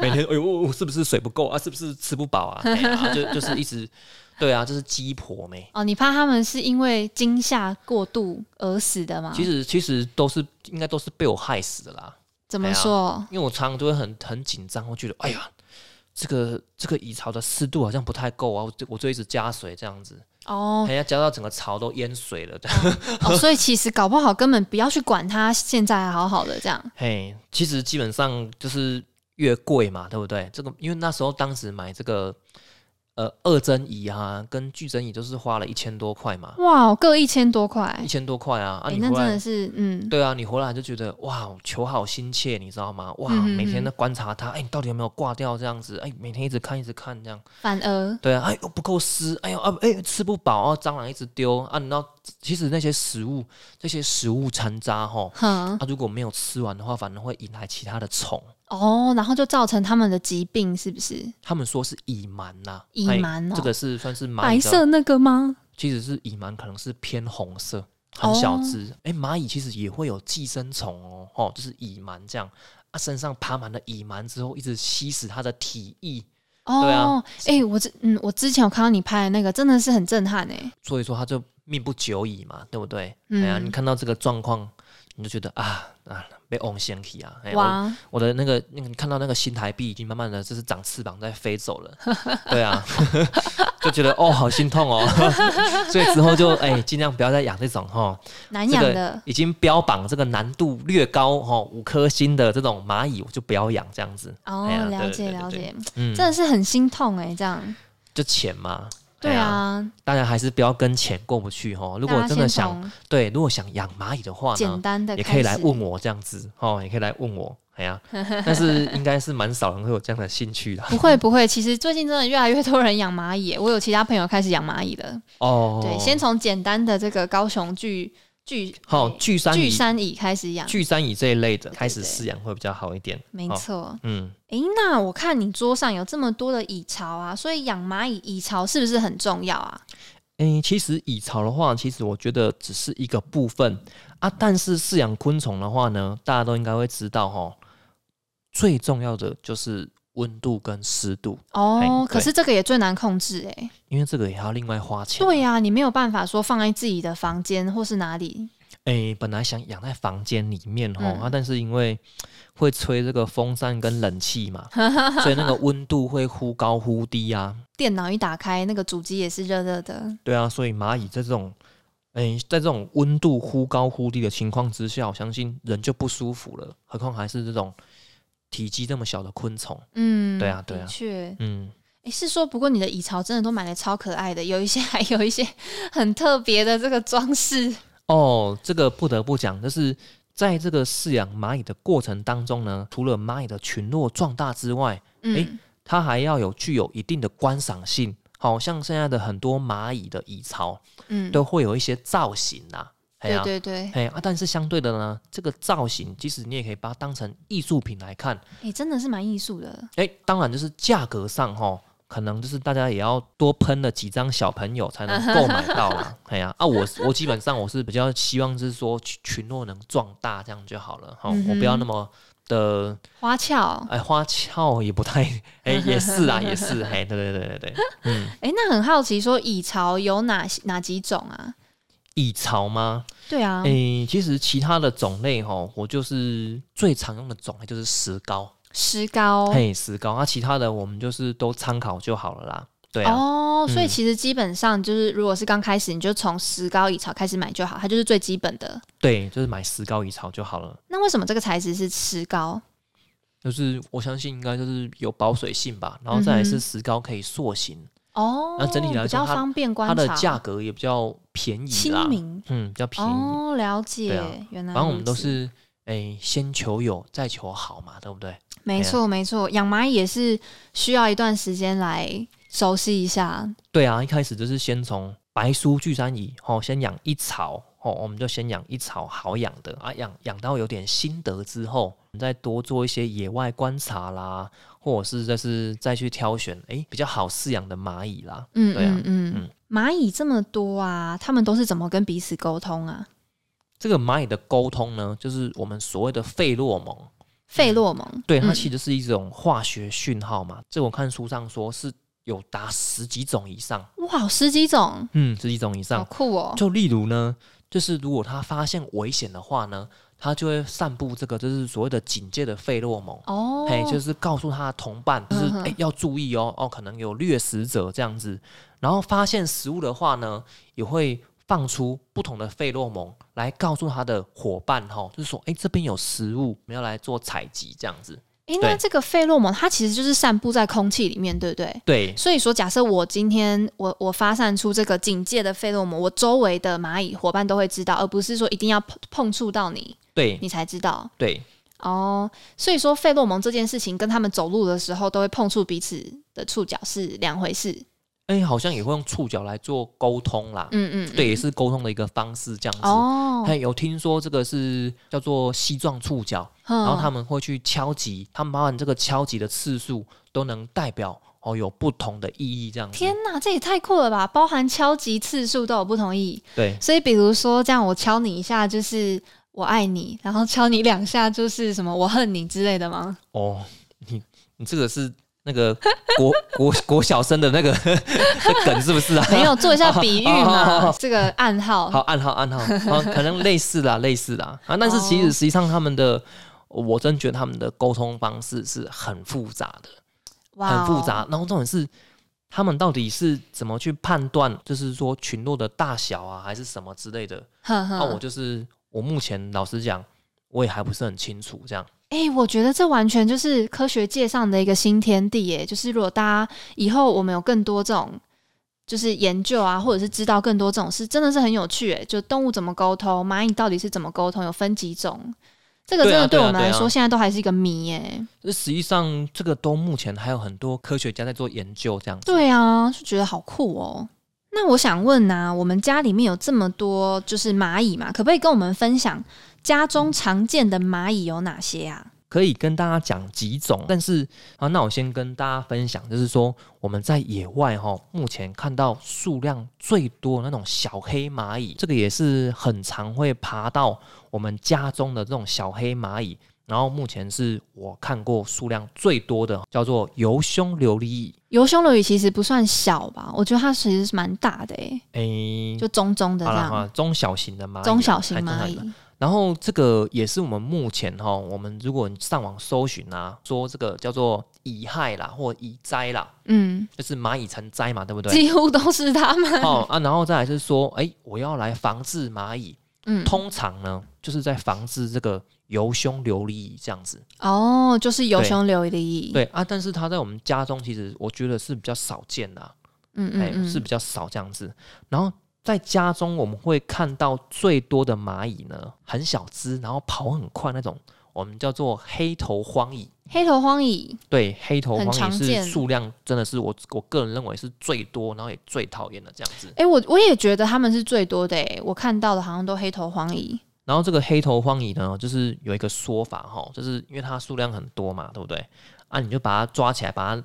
Speaker 2: 每天哎呦，我是不是水不够啊？是不是吃不饱 啊？哎呀，就就是一直对啊，就是鸡婆妹。
Speaker 1: 哦，你怕他们是因为惊吓过度而死的吗？
Speaker 2: 其实其实都是应该都是被我害死的啦，
Speaker 1: 怎么
Speaker 2: 哎呀
Speaker 1: 说？
Speaker 2: 因为我常常都会很很紧张，我觉得哎呀，这个这个蚁巢的湿度好像不太够啊，我就我就一直加水这样子，
Speaker 1: 哦
Speaker 2: 哎呀，加到整个巢都淹水了。
Speaker 1: 哦，所以其实搞不好根本不要去管它，现在还好好的这 样。
Speaker 2: 嘿，其实基本上就是越贵嘛，对不对？这个因为那时候当时买这个呃二针蚁啊，跟巨针蚁都是花了一千多块嘛，
Speaker 1: 哇，各一千多块，哎
Speaker 2: 一、千多块啊，啊你
Speaker 1: 那
Speaker 2: 回
Speaker 1: 真
Speaker 2: 来
Speaker 1: 的。是，嗯，
Speaker 2: 对啊，你回来就觉得哇，求好心切，你知道吗？哇，
Speaker 1: 嗯嗯
Speaker 2: 每天
Speaker 1: 嗯
Speaker 2: 在观察它，哎、你到底有没有挂掉这样子？哎、每天一直看，一直看这样。
Speaker 1: 反而
Speaker 2: 对啊，哎呦不够湿，哎呦啊哎吃不饱啊，蟑螂一直丢啊。你知道，其实那些食物，这些食物残渣哈，
Speaker 1: 哼
Speaker 2: 它、如果没有吃完的话，反而会引来其他的虫。
Speaker 1: 哦，然后就造成他们的疾病，是不是？
Speaker 2: 他们说是蚁螨呐，
Speaker 1: 蚁
Speaker 2: 哎
Speaker 1: 螨哦
Speaker 2: 这个是算是蚂
Speaker 1: 白
Speaker 2: 蚁的，
Speaker 1: 色那个吗？
Speaker 2: 其实是蚁螨，可能是偏红色，很小
Speaker 1: 哦
Speaker 2: 只。哎、蚂蚁其实也会有寄生虫哦，哦，就是蚁螨这样。它、身上爬满了蚁螨之后，一直吸食它的体液，
Speaker 1: 哦，
Speaker 2: 对啊
Speaker 1: 哎、我之嗯，我之前有看到你拍的那个，真的是很震撼哎、
Speaker 2: 所以说它就命不久矣嘛，对不对？
Speaker 1: 嗯
Speaker 2: 哎呀，你看到这个状况，你就觉得啊啊，被翁掀起啊！哎、我
Speaker 1: 哇，
Speaker 2: 我的那个那个，你看到那个新台币已经慢慢的就是长翅膀在飞走了， 对啊，就觉得哦，好心痛哦。 所以之后就哎，尽、量不要再养这种哈，
Speaker 1: 难
Speaker 2: 这
Speaker 1: 养
Speaker 2: 个
Speaker 1: 的，
Speaker 2: 已经标榜这个难度略高哈，五颗星的这种蚂蚁我就不要养这样子。
Speaker 1: 哦，
Speaker 2: 哎呀对
Speaker 1: 了
Speaker 2: 对
Speaker 1: 解
Speaker 2: 对
Speaker 1: 了
Speaker 2: 对
Speaker 1: 解，
Speaker 2: 嗯，
Speaker 1: 真的是很心痛哎、这样。
Speaker 2: 就钱嘛。
Speaker 1: 对
Speaker 2: 哎呀，
Speaker 1: 啊，
Speaker 2: 大家还是不要跟钱过不去哈。如
Speaker 1: 如
Speaker 2: 果真的想对，如果想养蚂蚁的话
Speaker 1: 简
Speaker 2: 呢，
Speaker 1: 单的，
Speaker 2: 也可以来问。 我这样子哦，也可以来问我，哎呀，但是应该是蛮少人会有这样的兴趣的
Speaker 1: 不会不会，其实最近真的越来越多人养蚂蚁耶，我有其他朋友开始养蚂蚁了。
Speaker 2: 哦。
Speaker 1: 对，先从简单的这个高雄巨巨
Speaker 2: 好
Speaker 1: 哎
Speaker 2: 巨山
Speaker 1: 巨
Speaker 2: 蚁、
Speaker 1: 山蚁开始养，
Speaker 2: 巨山蚁这一类的
Speaker 1: 对
Speaker 2: 开始
Speaker 1: 对
Speaker 2: 饲养会比较好一点。
Speaker 1: 没
Speaker 2: 哦
Speaker 1: 错。
Speaker 2: 嗯，
Speaker 1: 诶，那我看你桌上有这么多的蚁巢啊，所以养蚂蚁蚁巢是不是很重要啊？
Speaker 2: 诶、其实蚁巢的话，其实我觉得只是一个部分啊，但是饲养昆虫的话呢，大家都应该会知道哈，最重要的就是温度跟湿度，
Speaker 1: 哦
Speaker 2: 哎，
Speaker 1: 可是这个也最难控制诶。
Speaker 2: 因为这个也要另外花钱。
Speaker 1: 对呀、你没有办法说放在自己的房间或是哪里。
Speaker 2: 诶、本来想养在房间里面哦、
Speaker 1: 嗯
Speaker 2: 啊，但是因为会吹这个风扇跟冷气 嘛，所以那个温度会忽高忽低啊。
Speaker 1: 电脑一打开，那个主机也是热热的。
Speaker 2: 对啊，所以蚂蚁在这种，诶、在这种温度忽高忽低的情况之下，我相信人就不舒服了，何况还是这种体积这么小的昆虫。
Speaker 1: 嗯，
Speaker 2: 对啊对啊
Speaker 1: 的确，
Speaker 2: 嗯，
Speaker 1: 诶，是说，不过你的蚁巢真的都买的超可爱的，有一些还有一些很特别的这个装饰。
Speaker 2: 哦，这个不得不讲，就是在这个饲养蚂蚁的过程当中呢，除了蚂蚁的群落壮大之外，
Speaker 1: 嗯，
Speaker 2: 诶它还要有具有一定的观赏性。好像现在的很多蚂蚁的蚁巢
Speaker 1: 嗯，
Speaker 2: 都会有一些造型啊，哎
Speaker 1: 对
Speaker 2: 呀，
Speaker 1: 对对，
Speaker 2: 哎啊，但是相对的呢，这个造型其实你也可以把它当成艺术品来看。
Speaker 1: 诶，真的是蛮艺术的。
Speaker 2: 哎，当然就是价格上哈，可能就是大家也要多喷了几张小朋友才能购买到 啦。哎呀，啊，我我基本上我是比较希望就是说群群落能壮大这样就好了哈，
Speaker 1: 嗯哼
Speaker 2: 我不要那么的
Speaker 1: 花俏，
Speaker 2: 哎花俏也 不太哎也是啊也是哎对对对对对。
Speaker 1: 诶，那很好奇，说蚁巢有哪些哪几种啊？
Speaker 2: 蚁巢吗？
Speaker 1: 对啊，
Speaker 2: 诶、其实其他的种类哈，我就是最常用的种类就是石膏，
Speaker 1: 石膏，
Speaker 2: 啊嘿，石膏。那、其他的我们就是都参考就好了啦。对啊，
Speaker 1: 哦，所以
Speaker 2: 嗯
Speaker 1: 其实基本上就是，如果是刚开始，你就从石膏乙草开始买就好，它就是最基本的。
Speaker 2: 对，就是买石膏乙草就好了。
Speaker 1: 那为什么这个材质是石膏？
Speaker 2: 就是我相信应该就是有保水性吧，然后再来
Speaker 1: 嗯哼
Speaker 2: 是石膏可以塑形，
Speaker 1: 哦，
Speaker 2: 那整体来说
Speaker 1: 比较
Speaker 2: 它
Speaker 1: 方便观
Speaker 2: 它的
Speaker 1: 察，
Speaker 2: 价格也比较便宜啦
Speaker 1: 亲，民。
Speaker 2: 嗯，比较便宜。
Speaker 1: 哦，了解，
Speaker 2: 对啊
Speaker 1: 原来
Speaker 2: 反正我们都
Speaker 1: 如此
Speaker 2: 是诶、先求有，再求好嘛，对不对？
Speaker 1: 没错没错，养蚂蚁也是需要一段时间来熟悉一下。
Speaker 2: 对啊，一开始就是先从白苏聚山蚁哦，先养一草哦，我们就先养一草好养的啊，养养到有点心得之后，我们再多做一些野外观察啦，或者是就是再去挑选诶、比较好饲养的蚂蚁啦。
Speaker 1: 嗯
Speaker 2: 对啊
Speaker 1: 嗯嗯
Speaker 2: 嗯，
Speaker 1: 蚂蚁这么多啊，他们都是怎么跟彼此沟通啊？
Speaker 2: 这个蚂蚁的沟通呢，就是我们所谓的费洛蒙，
Speaker 1: 费洛蒙，
Speaker 2: 对，它
Speaker 1: 嗯
Speaker 2: 其实是一种化学讯号嘛。这我看书上说是有达十几种以上，
Speaker 1: 哇，十几种，
Speaker 2: 嗯，十几种以
Speaker 1: 好
Speaker 2: 上。
Speaker 1: 酷哦！
Speaker 2: 就例如呢，就是如果它发现危险的话呢，它就会散布这个就是所谓的警戒的费洛蒙。
Speaker 1: 哦，
Speaker 2: 嘿，就是告诉他的同伴，就是
Speaker 1: 嗯哼
Speaker 2: 哎、诶要注意哦，哦，可能有掠食者这样子。然后发现食物的话呢，也会放出不同的费洛蒙来告诉他的伙伴哈、哦，就是说，哎、这边有食物，我们要来做采集这样子。
Speaker 1: 诶那
Speaker 2: 对
Speaker 1: 这个费洛蒙它其实就是散布在空气里面，对不对？
Speaker 2: 对
Speaker 1: 所以说，假设我今天我我发散出这个警戒的费洛蒙，我周围的蚂蚁伙伴都会知道，而不是说一定要碰碰触到你，
Speaker 2: 对
Speaker 1: 你才知道。
Speaker 2: 对
Speaker 1: 哦，所以说费洛蒙这件事情跟他们走路的时候都会碰触彼此的触角是两回事。
Speaker 2: 哎、好像也会用触角来做沟通啦。
Speaker 1: 嗯嗯，嗯
Speaker 2: 对，也。是沟通的一个方式这样子。
Speaker 1: 哦，
Speaker 2: 嗯还有听说这个是叫做膝状触角，
Speaker 1: 然
Speaker 2: 然后他们会去敲击，他们包含这个敲击的次数都能代表哦有不同的意义这样子。
Speaker 1: 天哪，这也太酷了吧！包含敲击次数都有不同意，
Speaker 2: 对
Speaker 1: 所以比如说这样，我敲你一下就是我爱你，然后敲你两下就是什么我恨你之类的吗？
Speaker 2: 哦，你你这个是那个国 国国小生的那个 的梗是不是啊？
Speaker 1: 没有做一下比喻
Speaker 2: 哦哦哦
Speaker 1: 嘛
Speaker 2: 哦，
Speaker 1: 这个暗号。
Speaker 2: 好，暗号暗号，啊，可能类似啦，类似啦啊，但是其实
Speaker 1: 哦
Speaker 2: 实际上他们的。我真觉得他们的沟通方式是很复杂的，
Speaker 1: 哇
Speaker 2: 很
Speaker 1: 哦
Speaker 2: 复杂。然后重点是，他们到底是怎么去判断，就是说群落的大小啊，还是什么之类的？
Speaker 1: 哼
Speaker 2: 那、
Speaker 1: 哼，
Speaker 2: 啊哦我就是我目前老实讲，我也还不是很清楚这样。
Speaker 1: 哎、我觉得这完全就是科学界上的一个新天地耶！就是如果大家以后我们有更多这种，就是研究啊，或者是知道更多这种事，真的是很有趣诶。就动物怎么沟通，蚂蚁到底是怎么沟通，有分几种，这个真
Speaker 2: 对啊
Speaker 1: 的对
Speaker 2: 对啊
Speaker 1: 我们来
Speaker 2: 对
Speaker 1: 说，
Speaker 2: 啊
Speaker 1: 现在都还是一个谜耶。
Speaker 2: 这实际上这个都目前还有很多科学家在做研究这样子。
Speaker 1: 对啊，就觉得好酷哦。那我想问呐、我们家里面有这么多就是蚂蚁嘛，可不可以跟我们分享家中常见的蚂蚁有哪些啊？
Speaker 2: 可以跟大家讲几种，但是啊，那我先跟大家分享，就是说我们在野外哈、目前看到数量最多的那种小黑蚂蚁，这个也是很常会爬到我们家中的这种小黑蚂蚁。然后目前是我看过数量最多的，叫做油胸琉璃蚁。
Speaker 1: 油胸鲈鱼其实不算小吧，我觉得它其实是蛮大的诶。
Speaker 2: 诶，
Speaker 1: 就中中的这
Speaker 2: 好嗯啦好
Speaker 1: 样，
Speaker 2: 啦，中小型的蚂蚁，啊
Speaker 1: 中小型
Speaker 2: 还中
Speaker 1: 蚂
Speaker 2: 小
Speaker 1: 蚁。
Speaker 2: 然后这个也是我们目前哈，我们如果你上网搜寻啊，说这个叫做蚁害啦，或蚁灾啦，
Speaker 1: 嗯，
Speaker 2: 就是蚂蚁成灾嘛，对不对？
Speaker 1: 几乎都是它 们。
Speaker 2: 哦啊，然后再来是说，哎，我要来防治蚂蚁，
Speaker 1: 嗯，
Speaker 2: 通常呢就是在防治这个油胸琉璃蚁这样子。
Speaker 1: 哦，就是有胸流的蚁。，
Speaker 2: 对啊，但是它在我们家中其实我觉得是比较少见的、啊，
Speaker 1: 嗯
Speaker 2: 哎、
Speaker 1: 嗯嗯，
Speaker 2: 是比较少这样子。然后在家中我们会看到最多的蚂蚁呢，很小只，然后跑很快那种，我们叫做黑头荒蚁。
Speaker 1: 黑头荒蚁。
Speaker 2: 对，黑头
Speaker 1: 很
Speaker 2: 荒
Speaker 1: 常
Speaker 2: 蚁
Speaker 1: 见
Speaker 2: 是数量真的是我我个人认为是最多，然后也最讨厌的这样子。
Speaker 1: 哎、我我也觉得它们是最多的诶，我看到的好像都黑头荒蚁。，
Speaker 2: 然后这个黑头荒蚁呢，就是有一个说法哈，就是因为它数量很多嘛，对不对？啊，你就把它抓起来，把它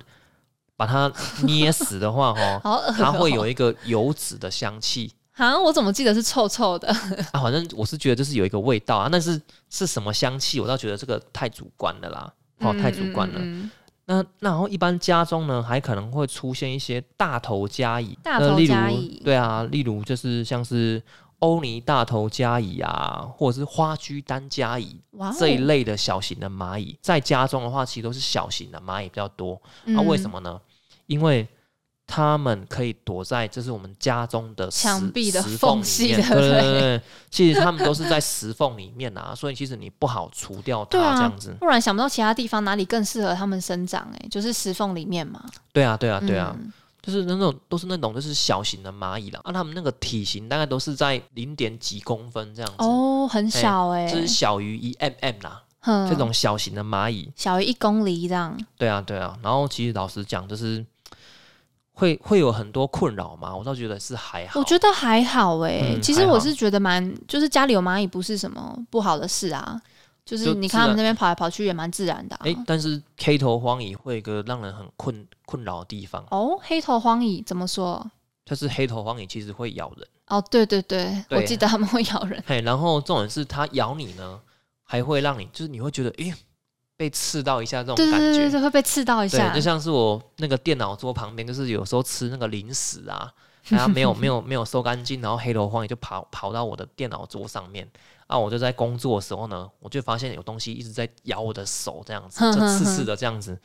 Speaker 2: 把它捏死的话，哈
Speaker 1: 好恶、哦
Speaker 2: 它会有，一个油脂的香气。
Speaker 1: 好像我怎么记得是臭臭的？
Speaker 2: 啊，反正我是觉得就是有一个味道啊，但是是什么香气，我倒觉得这个太主观了啦，哦，太主观了。
Speaker 1: 嗯嗯嗯
Speaker 2: 那那然后一般家中呢，还可能会出现一些大头家蚁，
Speaker 1: 大
Speaker 2: 那
Speaker 1: 头
Speaker 2: 例如
Speaker 1: 家蚁
Speaker 2: 对啊，例如就是像是欧尼大头家蚁啊，或者是花居丹家蚁。
Speaker 1: 哇、哦，
Speaker 2: 这一类的小型的蚂蚁，在家中的话，其实都是小型的蚂蚁比较多。
Speaker 1: 嗯
Speaker 2: 啊，为什？么呢？因为他们可以躲在，这是我们家中的石
Speaker 1: 墙壁的
Speaker 2: 石
Speaker 1: 缝
Speaker 2: 缝
Speaker 1: 隙
Speaker 2: 里面
Speaker 1: 对不
Speaker 2: 对对
Speaker 1: 对
Speaker 2: 对 对，其实他们都是在石缝里面啊，所以其实你不好除掉它
Speaker 1: 对啊
Speaker 2: 这样子。
Speaker 1: 不然想不到其他地方哪里更适合他们生长、欸，就是石缝里面嘛。
Speaker 2: 对啊，对啊，对啊，
Speaker 1: 嗯
Speaker 2: 就是那种都是那种就是小型的蚂蚁啦，啊，它们那个体型大概都是在零点几公分这样子，
Speaker 1: 哦，很小哎、
Speaker 2: 就是小于一 mm 啦，
Speaker 1: 哼
Speaker 2: 这种小型的蚂蚁。
Speaker 1: 小于一公里这样，
Speaker 2: 对啊，对啊。然后其实老实讲，就是会会有很多困扰嘛，我倒觉得是还好。
Speaker 1: 我觉得还好哎、
Speaker 2: 嗯
Speaker 1: 其实
Speaker 2: 还好
Speaker 1: 我是觉得蛮，就是家里有蚂蚁不是什么不好的事啊，就
Speaker 2: 就是
Speaker 1: 你
Speaker 2: 自
Speaker 1: 看他
Speaker 2: 然
Speaker 1: 们那边跑来跑去也蛮自然的、啊。
Speaker 2: 哎、但是 K 头荒蚁会有一个让人很困困扰的地方，
Speaker 1: 哦，黑头荒蚁怎么说？
Speaker 2: 就是黑头荒蚁其实会咬人，
Speaker 1: 哦，对对对，
Speaker 2: 对
Speaker 1: 我记得他们会咬人。
Speaker 2: 嘿，然后重点是它咬你呢，还会让你就是你会觉得，哎、被刺到一下这种
Speaker 1: 对对
Speaker 2: 感
Speaker 1: 对对
Speaker 2: 觉。
Speaker 1: 对，会被刺到一
Speaker 2: 对，
Speaker 1: 下
Speaker 2: 就。像是我那个电脑桌旁边，就是有时候吃那个零食啊，然后 没有没有没有收干净，然后黑头荒蚁就跑跑到我的电脑桌上面啊，我就在工作的时候呢，我就发现有东西一直在咬我的手，这样子，
Speaker 1: 哼
Speaker 2: 就
Speaker 1: 哼
Speaker 2: 刺刺
Speaker 1: 哼
Speaker 2: 的这样子，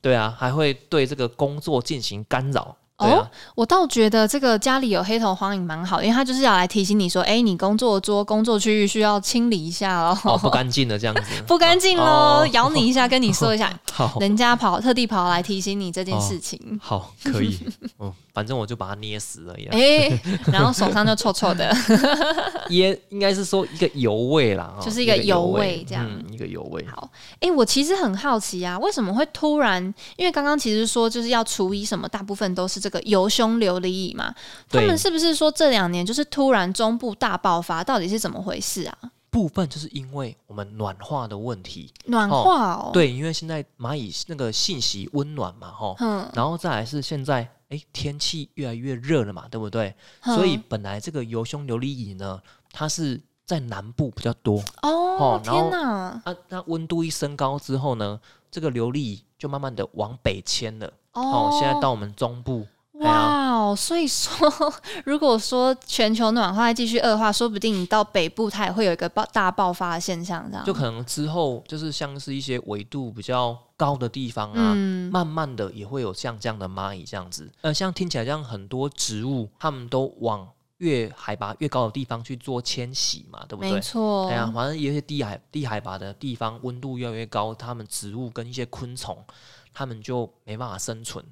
Speaker 2: 对啊，还会对这个工作进行干扰，对
Speaker 1: 哦
Speaker 2: 啊，
Speaker 1: 我倒觉得这个家里有黑头荒蚁蛮好，因为它就是要来提醒你说，哎，你工作桌、工作区域需要清理一下哦，，
Speaker 2: 哦，不干净的这样 子
Speaker 1: 不干净喽
Speaker 2: 哦，
Speaker 1: 咬你一下，跟你说一 下，
Speaker 2: 好
Speaker 1: 人家跑特地跑来提醒你这件事情。
Speaker 2: 好 可以，嗯，反正我就把它捏死了呀，哎
Speaker 1: 哎、然后手上就臭臭的，
Speaker 2: 也应该是说一个油味啦，哦
Speaker 1: 就是一个油味这样
Speaker 2: 嗯一个油味，
Speaker 1: 好，哎、我其实很好奇啊，为什么会突然？因为刚刚其实说就是要除以什么，大部分都是这个油胸琉璃蚁嘛。他
Speaker 2: 对
Speaker 1: 们是不是说这两年就是突然中部大爆发？到底是怎么回事啊？
Speaker 2: 部分就是因为我们暖化的问题，
Speaker 1: 暖化哦，，
Speaker 2: 对，因为现在蚂蚁那个信息温暖嘛，吼，
Speaker 1: 嗯，
Speaker 2: 然后再来是现在，哎，天气越来越热了嘛，对不对？
Speaker 1: 嗯
Speaker 2: 所以本来这个油胸琉璃蚁呢，它是在南部比较多
Speaker 1: 哦
Speaker 2: 哦，然
Speaker 1: 天
Speaker 2: 后
Speaker 1: 哪，
Speaker 2: 啊，那温度一升高之后呢，这个琉璃蚁就慢慢的往北迁了，
Speaker 1: 哦
Speaker 2: 哦，现在到我们中部，哎呀，
Speaker 1: 哇哦，所以说，如果说全球暖化继续恶化，说不定你到北部它也会有一个爆大爆发的现象，这样
Speaker 2: 就可能之后就是像是一些纬度比较高的地方啊，
Speaker 1: 嗯，
Speaker 2: 慢慢的也会有像这样的蚂蚁这样子。呃，像听起来像很多植物，它们都往越海拔越高的地方去做迁徙嘛，对不
Speaker 1: 没
Speaker 2: 对？
Speaker 1: 错，
Speaker 2: 对啊，反正有一些低海低海拔的地方，温度越来越高，它们植物跟一些昆虫，它们就没办法生存。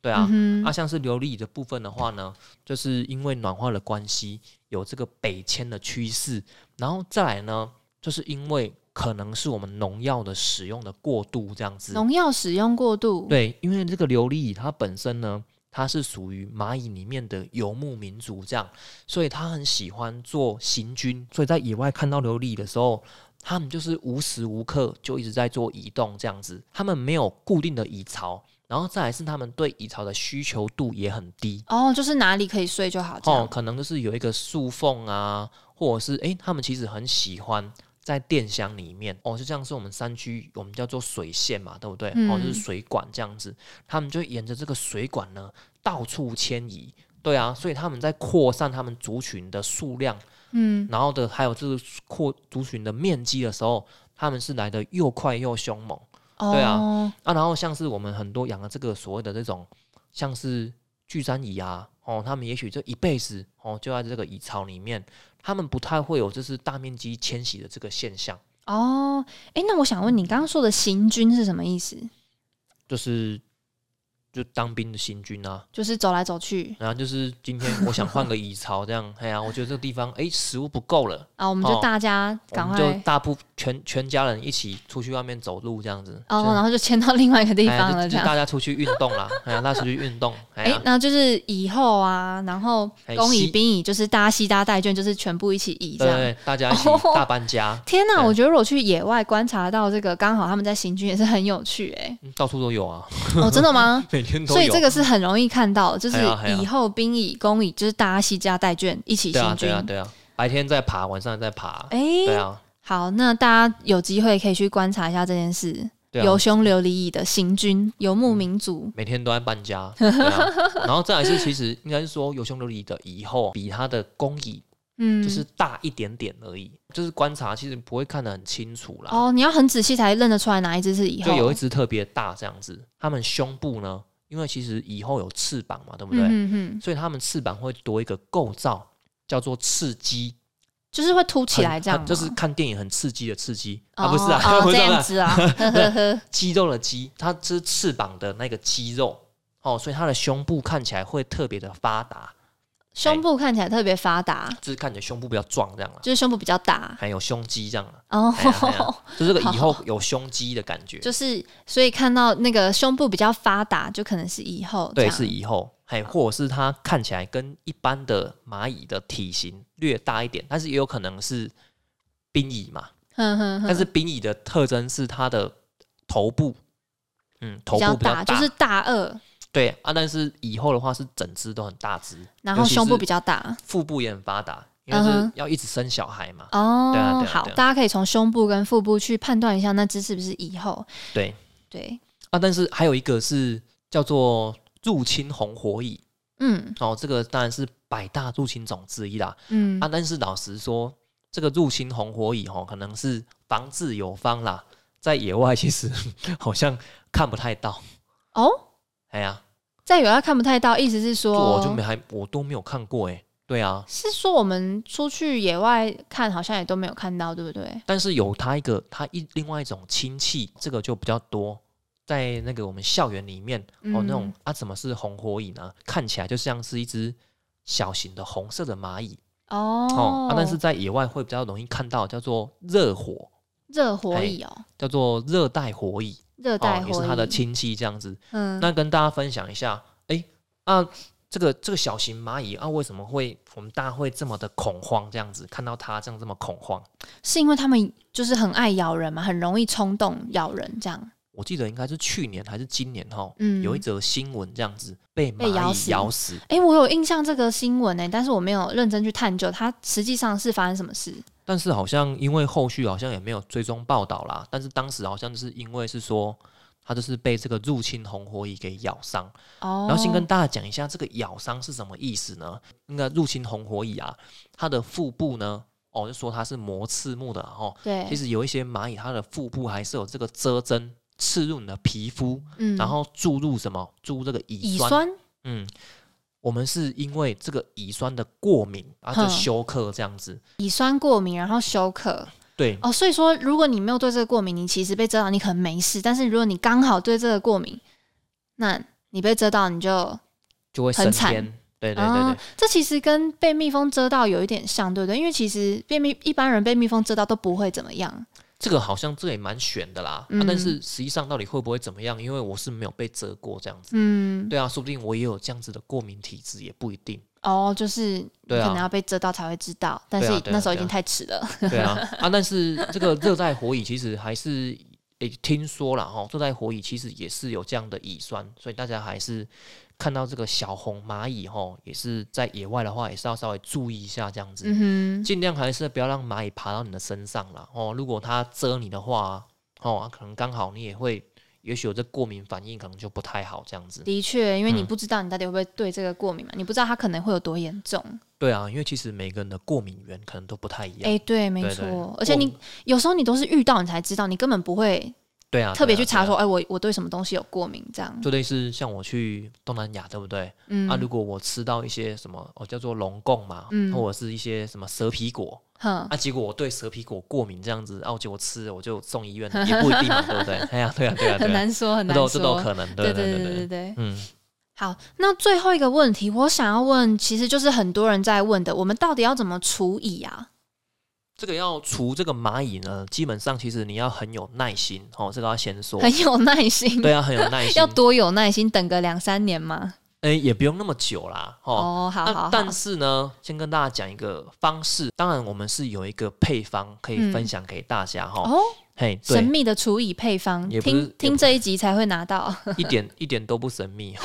Speaker 2: 对啊，
Speaker 1: 嗯哼
Speaker 2: 啊，像是琉璃蚁的部分的话呢，就是因为暖化的关系，有这个北迁的趋势，然后再来呢，就是因为可能是我们农药的使用的过度这样子，
Speaker 1: 农药使用过度，
Speaker 2: 对，因为这个琉璃蚁它本身呢，它是属于蚂蚁里面的游牧民族这样，所以它很喜欢做行军，所以在野外看到琉璃蚁的时候。它们就是无时无刻就一直在做移动这样子，它们没有固定的蚁巢，然后再来是它们对蚁巢的需求度也很低
Speaker 1: 哦，就是哪里可以睡就好，这
Speaker 2: 哦
Speaker 1: 样，
Speaker 2: 可能就是有一个树缝啊，或者是诶，它们其实很喜欢在电箱里面哦，就像是我们山区我们叫做水线嘛，对不对？哦，
Speaker 1: 嗯
Speaker 2: 就是水管这样子，他们就沿着这个水管呢到处迁移。对啊，所以他们在扩散他们族群的数量，
Speaker 1: 嗯，
Speaker 2: 然后的还有就是扩族群的面积的时候，他们是来的又快又凶猛
Speaker 1: 哦，
Speaker 2: 对啊，啊。然后像是我们很多养的这个所谓的这种，像是巨山蚁啊，哦，他们也许这一辈子哦就在这个蚁巢里面，他们不太会有就是大面积迁徙的这个现象。
Speaker 1: 哦，哎，那我想问你，刚刚说的行军是什么意思？
Speaker 2: 就是就当兵的行军啊，
Speaker 1: 就是走来走去
Speaker 2: 然后就是今天我想换个蚁巢这样， 哎呀，我觉得这个地方哎食物不够了，
Speaker 1: 啊，我们就
Speaker 2: 哦
Speaker 1: 大家
Speaker 2: 我
Speaker 1: 赶
Speaker 2: 们
Speaker 1: 快，
Speaker 2: 就大部全全家人一起出去外面走路这样子。
Speaker 1: 哦，
Speaker 2: 就
Speaker 1: 然后就迁到另外一个地
Speaker 2: 哎呀
Speaker 1: 方
Speaker 2: 就
Speaker 1: 了，这
Speaker 2: 就
Speaker 1: 样。
Speaker 2: 大家出去运动啦，哎呀，大家出去运动，哎
Speaker 1: 哎、
Speaker 2: 呀，
Speaker 1: 那就是以后啊，然后
Speaker 2: 哎
Speaker 1: 公
Speaker 2: 西
Speaker 1: 以兵以，就是大家西搭带卷，就是全部一起以这
Speaker 2: 对
Speaker 1: 样。
Speaker 2: 对，大家 一起
Speaker 1: 哦
Speaker 2: 大搬家，
Speaker 1: 天哪、
Speaker 2: 对
Speaker 1: 我觉得如果去野外观察到这个，刚好他们在行军也是很有趣 哎、
Speaker 2: 嗯到处都有啊，
Speaker 1: 哦，真的吗？
Speaker 2: 每天都
Speaker 1: 所
Speaker 2: 有。
Speaker 1: 以这个是很容易看到的，就是
Speaker 2: 哎呀哎呀
Speaker 1: 以后兵以公以，就是大家西家带卷一起
Speaker 2: 对啊
Speaker 1: 行
Speaker 2: 对
Speaker 1: 军。
Speaker 2: 啊对啊，白天在爬，晚上在爬，
Speaker 1: 哎、
Speaker 2: 对啊
Speaker 1: 好，那大家有机会可以去观察一下这件事。
Speaker 2: 对啊
Speaker 1: 游，胸琉璃蚁的行军，游牧民族。
Speaker 2: 每天都在 搬家，对啊然后再来是其实应该是说有胸琉璃的蚁后比它的公蚁
Speaker 1: 嗯，
Speaker 2: 就是大一点点而已，就是观察其实不会看得很清楚啦。
Speaker 1: 哦哦，你要很仔细才认得出来哪一只是以后。
Speaker 2: 就有一只特别大这样子，它们胸部呢，因因为其实蚁后有翅膀嘛，对不对？
Speaker 1: 嗯哼，
Speaker 2: 所以它们翅膀会多一个构造，叫做刺激，
Speaker 1: 就是会凸起
Speaker 2: 很
Speaker 1: 来这样
Speaker 2: 很
Speaker 1: 吗，
Speaker 2: 就是看电影很刺激的刺激、
Speaker 1: 哦
Speaker 2: 啊，不是啊，
Speaker 1: 哦
Speaker 2: 不
Speaker 1: 这
Speaker 2: 是
Speaker 1: 样
Speaker 2: 啊，
Speaker 1: 子啊， 呵呵呵，
Speaker 2: 肌肉的肌，它是翅膀的那个肌肉哦，所以它的胸部看起来会特别的发达，
Speaker 1: 胸部看起来特别发达，
Speaker 2: 就是看你的胸部比较壮这样啦、啊
Speaker 1: 就是胸部比较大
Speaker 2: 还有胸肌这样啦、
Speaker 1: 哦。
Speaker 2: 哎哎呀哎呀就这个以后有胸肌的感觉，
Speaker 1: 就是，所以看到那个胸部比较发达，就可能是以后这
Speaker 2: 对，
Speaker 1: 样
Speaker 2: 是以后，哎，或者是它看起来跟一般的蚂蚁的体型略大一点，但是也有可能是冰蚁嘛。
Speaker 1: 哼哼哼，
Speaker 2: 但是冰蚁的特征是它的头部，嗯，头
Speaker 1: 比
Speaker 2: 部
Speaker 1: 较
Speaker 2: 比较
Speaker 1: 大，就是大二，
Speaker 2: 对啊。但是以后的话是整只都很大只，
Speaker 1: 然后
Speaker 2: 尤其
Speaker 1: 胸部
Speaker 2: 是
Speaker 1: 比较大
Speaker 2: 腹部也很发达，因为是
Speaker 1: 嗯哼
Speaker 2: 要一直生小孩嘛。
Speaker 1: 哦。
Speaker 2: 对啊对啊对啊
Speaker 1: 好，大家可以从胸部跟腹部去判断一下那只是不是以后。
Speaker 2: 对
Speaker 1: 对，
Speaker 2: 啊，但是还有一个是叫做入侵红火蚁
Speaker 1: 嗯
Speaker 2: 哦，这个当然是百大入侵种之一啦。
Speaker 1: 嗯
Speaker 2: 啊，但是老实说，这个入侵红火蚁哦吼，可能是防治有方啦，在野外其实 好像看不太到。
Speaker 1: 哦，
Speaker 2: 哎呀，
Speaker 1: 在有要看不太到，意思是
Speaker 2: 这
Speaker 1: 说
Speaker 2: 我就没还我都没有看过哎、对啊，
Speaker 1: 是说我们出去野外看，好像也都没有看到，对不对？
Speaker 2: 但是有它一个它一另外一种亲戚，这个就比较多。在那个我们校园里面，哦，那种
Speaker 1: 嗯
Speaker 2: 啊，怎么是红火蚁呢？看起来就像是一只小型的红色的蚂蚁
Speaker 1: 哦
Speaker 2: 哦、啊，但是在野外会比较容易看到，叫做热火，
Speaker 1: 热火蚁哦，
Speaker 2: 叫做热带火蚁。
Speaker 1: 热带
Speaker 2: 哎哦，也
Speaker 1: 火
Speaker 2: 是
Speaker 1: 蚁，
Speaker 2: 他的亲戚这样子。
Speaker 1: 嗯，
Speaker 2: 那跟大家分享一下，哎、啊，这个这个小型蚂蚁啊，为什么会我们大家会这么的恐慌？这样子看到它这样这么恐慌，
Speaker 1: 是因为他们就是很爱咬人嘛，很容易冲动咬人这样。
Speaker 2: 我记得应该是去年还是今年哦哈，
Speaker 1: 嗯，
Speaker 2: 有一则新闻这样子被蚂
Speaker 1: 被咬
Speaker 2: 蚁
Speaker 1: 死
Speaker 2: 咬死。
Speaker 1: 哎、我有印象这个新闻呢、但是我没有认真去探究它实际上是发生什么事。
Speaker 2: 但是好像因为后续好像也没有追踪报道啦，但是当时好像就是因为是说。它就是被这个入侵红火蚁给咬伤，
Speaker 1: 哦，
Speaker 2: 然后先跟大家讲一下这个咬伤是什么意思呢？那个入侵红火蚁啊，它的腹部呢，哦，就说它是磨刺目的啊哦。
Speaker 1: 对，
Speaker 2: 其实有一些蚂蚁，它的腹部还是有这个遮针，刺入你的皮肤，
Speaker 1: 嗯，
Speaker 2: 然后注入什么？注入这个
Speaker 1: 乙
Speaker 2: 乙酸。
Speaker 1: 酸，
Speaker 2: 嗯，我们是因为这个乙酸的过敏，啊，就
Speaker 1: 哼
Speaker 2: 休克这样子。
Speaker 1: 乙酸过敏，然后休克。
Speaker 2: 对
Speaker 1: 哦，所以说如果你没有对这个过敏，你其实被蛰到你可能没事，但是如果你刚好对这个过敏，那你被蛰到你就
Speaker 2: 就会
Speaker 1: 很
Speaker 2: 升
Speaker 1: 惨
Speaker 2: 天。对对对对，
Speaker 1: 啊，这其实跟被蜜蜂蛰到有一点像，对不对？因为其实被蜜一般人被蜜蜂蛰到都不会怎么样。
Speaker 2: 这个好像这也蛮悬的啦、啊。但
Speaker 1: 嗯
Speaker 2: 是实际上到底会不会怎么样？因为我是没有被蛰过这样子。
Speaker 1: 嗯，
Speaker 2: 对啊，说不定我也有这样子的过敏体质，也不一 定。
Speaker 1: 哦，就是你
Speaker 2: 对啊
Speaker 1: 可能要被蛰到才会知道，但
Speaker 2: 对啊
Speaker 1: 是
Speaker 2: 对啊
Speaker 1: 那时候已
Speaker 2: 对啊
Speaker 1: 经太迟了。
Speaker 2: 对啊，啊，但是这个热带火蚁其实还是诶、听说了哈，热带火蚁其实也是有这样的蚁酸，所以大家还是看到这个小红蚂蚁哈，也是在野外的话，也是要稍微注意一下这样子，
Speaker 1: 嗯哼，
Speaker 2: 尽量还是不要让蚂蚁爬到你的身上啦。哦。如果它蛰你的话，哦，啊可能刚好你也会，也许有这过敏反应，可能就不太好这样子。
Speaker 1: 的确，因为你
Speaker 2: 嗯
Speaker 1: 不知道你到底会不会对这个过敏嘛，你不知道它可能会有多严重。
Speaker 2: 对啊，因为其实每个人的过敏源可能都不太一样。
Speaker 1: 哎、对，没
Speaker 2: 对
Speaker 1: 错
Speaker 2: 对
Speaker 1: 而且
Speaker 2: 过
Speaker 1: 你
Speaker 2: 敏
Speaker 1: 有时候你都是遇到你才知道，你根本不会
Speaker 2: 对啊，
Speaker 1: 特别
Speaker 2: 对啊
Speaker 1: 去查
Speaker 2: 对啊
Speaker 1: 说，哎、我我对什么东西有过敏这样。
Speaker 2: 就类似像我去东南亚，对不对？
Speaker 1: 嗯，
Speaker 2: 啊，如果我吃到一些什么哦叫做龙贡嘛，
Speaker 1: 嗯
Speaker 2: 或者是一些什么蛇皮果，
Speaker 1: 哼，
Speaker 2: 啊，结果我对蛇皮果过敏这样子，啊，我结果吃了我就 送医院了，也不一定嘛，对不对？哎呀，对啊，对
Speaker 1: 很
Speaker 2: 啊，对啊，
Speaker 1: 难说，很
Speaker 2: 这
Speaker 1: 难
Speaker 2: 都
Speaker 1: 说。
Speaker 2: 这都有可能，
Speaker 1: 对
Speaker 2: 对对
Speaker 1: 对
Speaker 2: 对
Speaker 1: 对
Speaker 2: 对，
Speaker 1: 对。
Speaker 2: 嗯，
Speaker 1: 好，那最后一个问题，我想要问，其实就是很多人在问的，我们到底要怎么除蚁啊？
Speaker 2: 这个要除这个蚂蚁呢，基本上其实你要很有耐心哦，这个要先说，
Speaker 1: 很有耐心，
Speaker 2: 对啊，很有耐 心
Speaker 1: 要，多有耐心，等个两三年吗？
Speaker 2: 哎，也不用那么久啦，哦。
Speaker 1: 哦，好
Speaker 2: 那
Speaker 1: 好好，
Speaker 2: 但是呢，先跟大家讲一个方式，当然我们是有一个配方可以
Speaker 1: 嗯
Speaker 2: 分享给大家哈。
Speaker 1: 哦，
Speaker 2: 嘿，对
Speaker 1: 神，秘的除蚁配方，
Speaker 2: 也不是
Speaker 1: 听
Speaker 2: 也不哦
Speaker 1: 听这一集才会拿到。
Speaker 2: 一点一点都不神秘。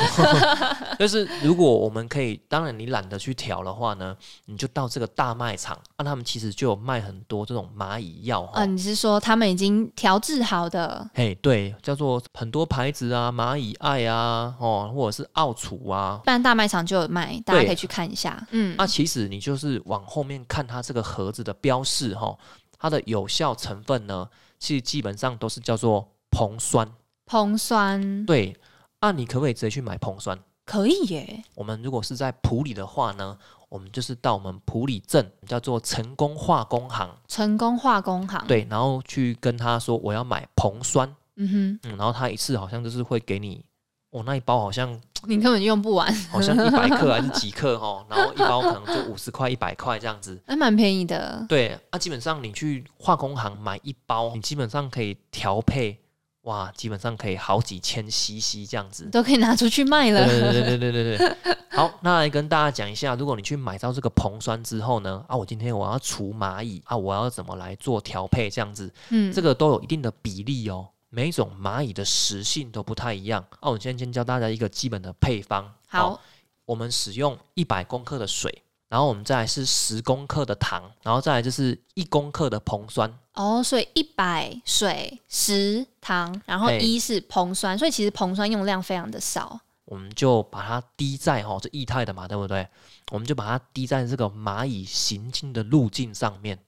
Speaker 2: 就是如果我们可以，当然你懒得去调的话呢，你就到这个大卖场，那、他们其实就有卖很多这种蚂蚁药哈。
Speaker 1: 啊，你是说他们已经调制好的？
Speaker 2: 嘿对，叫做很多牌子啊，蚂蚁爱啊，哦，或者是奥楚啊
Speaker 1: 一。般大卖场就有卖，大家
Speaker 2: 对啊
Speaker 1: 可以去看一下。嗯，
Speaker 2: 那、其实你就是往后面看它这个盒子的标示哈、它的有效成分呢，其实基本上都是叫做硼酸。
Speaker 1: 硼酸，
Speaker 2: 对啊，你可不可以直接去买硼酸？
Speaker 1: 可以耶，
Speaker 2: 我们如果是在普里的话呢，我们就是到我们普里镇叫做成功化工行，
Speaker 1: 成功化工行，，
Speaker 2: 对，然后去跟他说我要买硼酸，
Speaker 1: 嗯
Speaker 2: 嗯，然后他一次好像就是会给你，我、哦、那一包好像
Speaker 1: 哼，你根本用不完，
Speaker 2: 好像一百克还 是几克哦，然后一包可能就五十块一百块这样子。
Speaker 1: 还蛮便宜的，
Speaker 2: 对，啊，基本上你去化工行买一包，你基本上可以调配，哇，基本上可以好几千 CC 这样子。
Speaker 1: 都可以拿出去卖
Speaker 2: 对
Speaker 1: 了。
Speaker 2: 对对对对对对。好，那来跟大家讲一下，如果你去买到这个硼酸之后呢，啊，我今天我要除蚂蚁啊，我要怎么来做调配这样子，
Speaker 1: 嗯，
Speaker 2: 这个都有一定的比例哦。每一种蚂蚁的食性都不太一样。啊，我先先教大家一个基本的配方。
Speaker 1: 好，
Speaker 2: 我们使用一百公克的水，然后我们再来是十公克的糖，然后再来就是一公克的硼酸。
Speaker 1: 哦，所以一百水十糖，然后
Speaker 2: 嘿
Speaker 1: 一是硼酸，所以其实硼酸用量非常的少。
Speaker 2: 我们就把它滴在哦，这液态的嘛，对不对？我们就把它滴在这个蚂蚁行进的路径上面，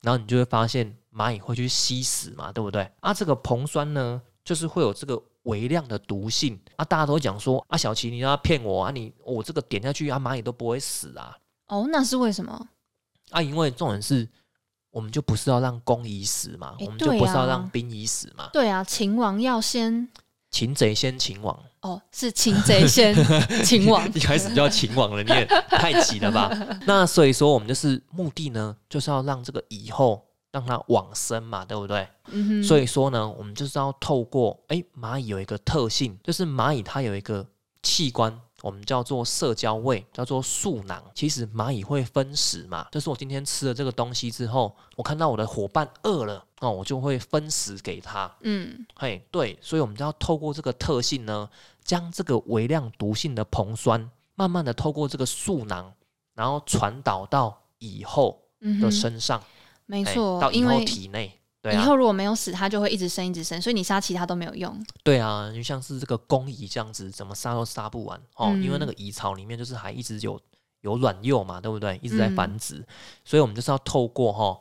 Speaker 2: 然后你就会发现蚂蚁会去吸食嘛，对不对？啊，这个硼酸呢，就是会有这个微量的毒性啊。大家都会讲说啊，小琪你要骗我啊，你我、这个点下去啊，蚂蚁都不会死啊
Speaker 1: 哦，那是为什么？
Speaker 2: 啊，因为重点是，我们就不是要让公蚁死嘛，
Speaker 1: 诶
Speaker 2: 我们就
Speaker 1: 对
Speaker 2: 不是要
Speaker 1: 啊
Speaker 2: 让兵蚁死嘛，
Speaker 1: 对啊，秦王要先
Speaker 2: 擒贼先擒王。
Speaker 1: 哦，是擒 贼先擒王
Speaker 2: 一开始就要秦王了，你也太急 了吧？那所以说，我们就是目的呢，就是要让这个以后让它往生嘛，对不对？
Speaker 1: 嗯哼，
Speaker 2: 所
Speaker 1: 以
Speaker 2: 以说呢，我们就是要透过哎、蚂蚁有一个特性，就是蚂蚁它有一个器官。我们叫做社交胃，叫做素囊。其实蚂蚁会分食嘛，就是我今天吃了这个东西之后，我看到我的伙伴饿了，哦，我就会分食给他。
Speaker 1: 嗯，
Speaker 2: 嘿，对，所以我们就要透过这个特性呢，将这个微量毒性的硼酸，慢慢的透过这个素囊，然后传导到蚁后
Speaker 1: 嗯
Speaker 2: 的
Speaker 1: 哼，
Speaker 2: 身上，
Speaker 1: 没
Speaker 2: 嘿
Speaker 1: 错，
Speaker 2: 到蚁
Speaker 1: 因
Speaker 2: 后
Speaker 1: 为
Speaker 2: 体内。对
Speaker 1: 以
Speaker 2: 啊，
Speaker 1: 后如果没有死，它就会一直生一直生，所以你杀其他都没有用。
Speaker 2: 对啊，就像是这个公蚁这样子，怎么杀都杀不完哦，因为那
Speaker 1: 嗯
Speaker 2: 个蚁巢里面就是还一直有有卵幼嘛，对不对？一直在
Speaker 1: 嗯
Speaker 2: 繁殖，所以我们就是要透过哈、哦、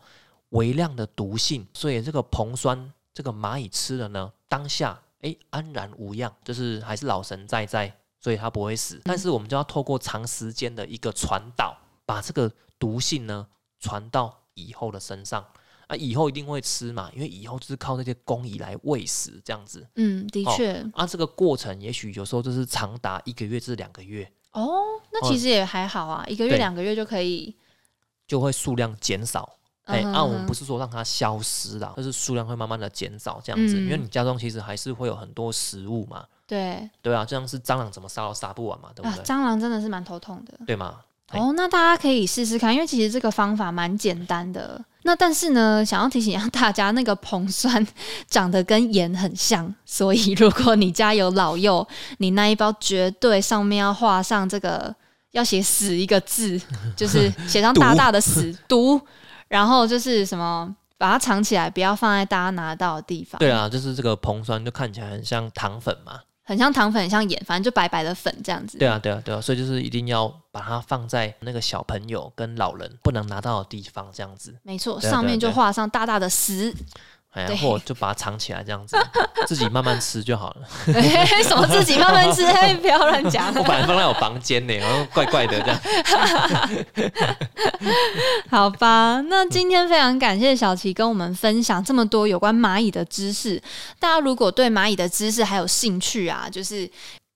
Speaker 2: 微量的毒性，所以这个硼酸，这个蚂蚁吃了呢，当下哎安然无恙，就是还是老神在在，所以它不会
Speaker 1: 嗯
Speaker 2: 死。但是我们就要透过长时间的一个传导，把这个毒性呢传到蚁后的身上。啊，蚁后一定会吃嘛，因为蚁后就是靠这些公蚁来喂食这样子。
Speaker 1: 嗯，的
Speaker 2: 哦
Speaker 1: 确。
Speaker 2: 啊，这个过程也许有时候就是长达一个月至两个月，
Speaker 1: 哦，那其实也还好啊，一个月
Speaker 2: 对
Speaker 1: 两个月就可以。
Speaker 2: 就会数量减少。哎、
Speaker 1: 嗯哼
Speaker 2: 啊，我们
Speaker 1: 哼
Speaker 2: 不是说让它消失啦，就是数量会慢慢的减少这样子，因为
Speaker 1: 嗯
Speaker 2: 你家中其实还是会有很多食物嘛，
Speaker 1: 对
Speaker 2: 对啊，就像是蟑螂怎么杀都杀不完嘛，对
Speaker 1: 啊
Speaker 2: 不，对？
Speaker 1: 蟑螂真的是蛮头痛的。
Speaker 2: 对吗？嘿
Speaker 1: 哦，那大家可以试试看，因为其实这个方法蛮简单的。那但是呢，想要提醒一下大家，那个硼酸长得跟盐很像，所以如果你家有老幼，你那一包绝对上面要画上这个，要写“死”一个字， 就是写上大大的“死”毒，然后就是什么，把它藏起来，不要放在大家拿到的地方。
Speaker 2: 对啊，就是这个硼酸就看起来很像糖粉嘛，
Speaker 1: 很像糖粉，很像盐，反正就白白的粉这样子。
Speaker 2: 对啊，对啊，对啊，所以就是一定要把它放在那个小朋友跟老人不能拿到的地方，这样子，
Speaker 1: 没错，
Speaker 2: 对啊
Speaker 1: 上
Speaker 2: 对啊
Speaker 1: 面就
Speaker 2: 对啊
Speaker 1: 画上大大的“死
Speaker 2: 哎呀
Speaker 1: 对，
Speaker 2: 或就把它藏起来，这样子，自己慢慢吃就好了。”，
Speaker 1: 什么自己慢慢 吃，嘿不要乱讲。
Speaker 2: 我反而放在我房间呢，然后怪怪的这样。
Speaker 1: 好吧，那今天非常感谢小琪跟我们分享这么多有关蚂蚁的知识。大家如果对蚂蚁的知识还有兴趣啊，就是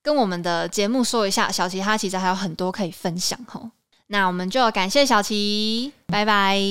Speaker 1: 跟我们的节目说一下，小琪她其实还有很多可以分享哦。那我们就感谢小琪，拜拜。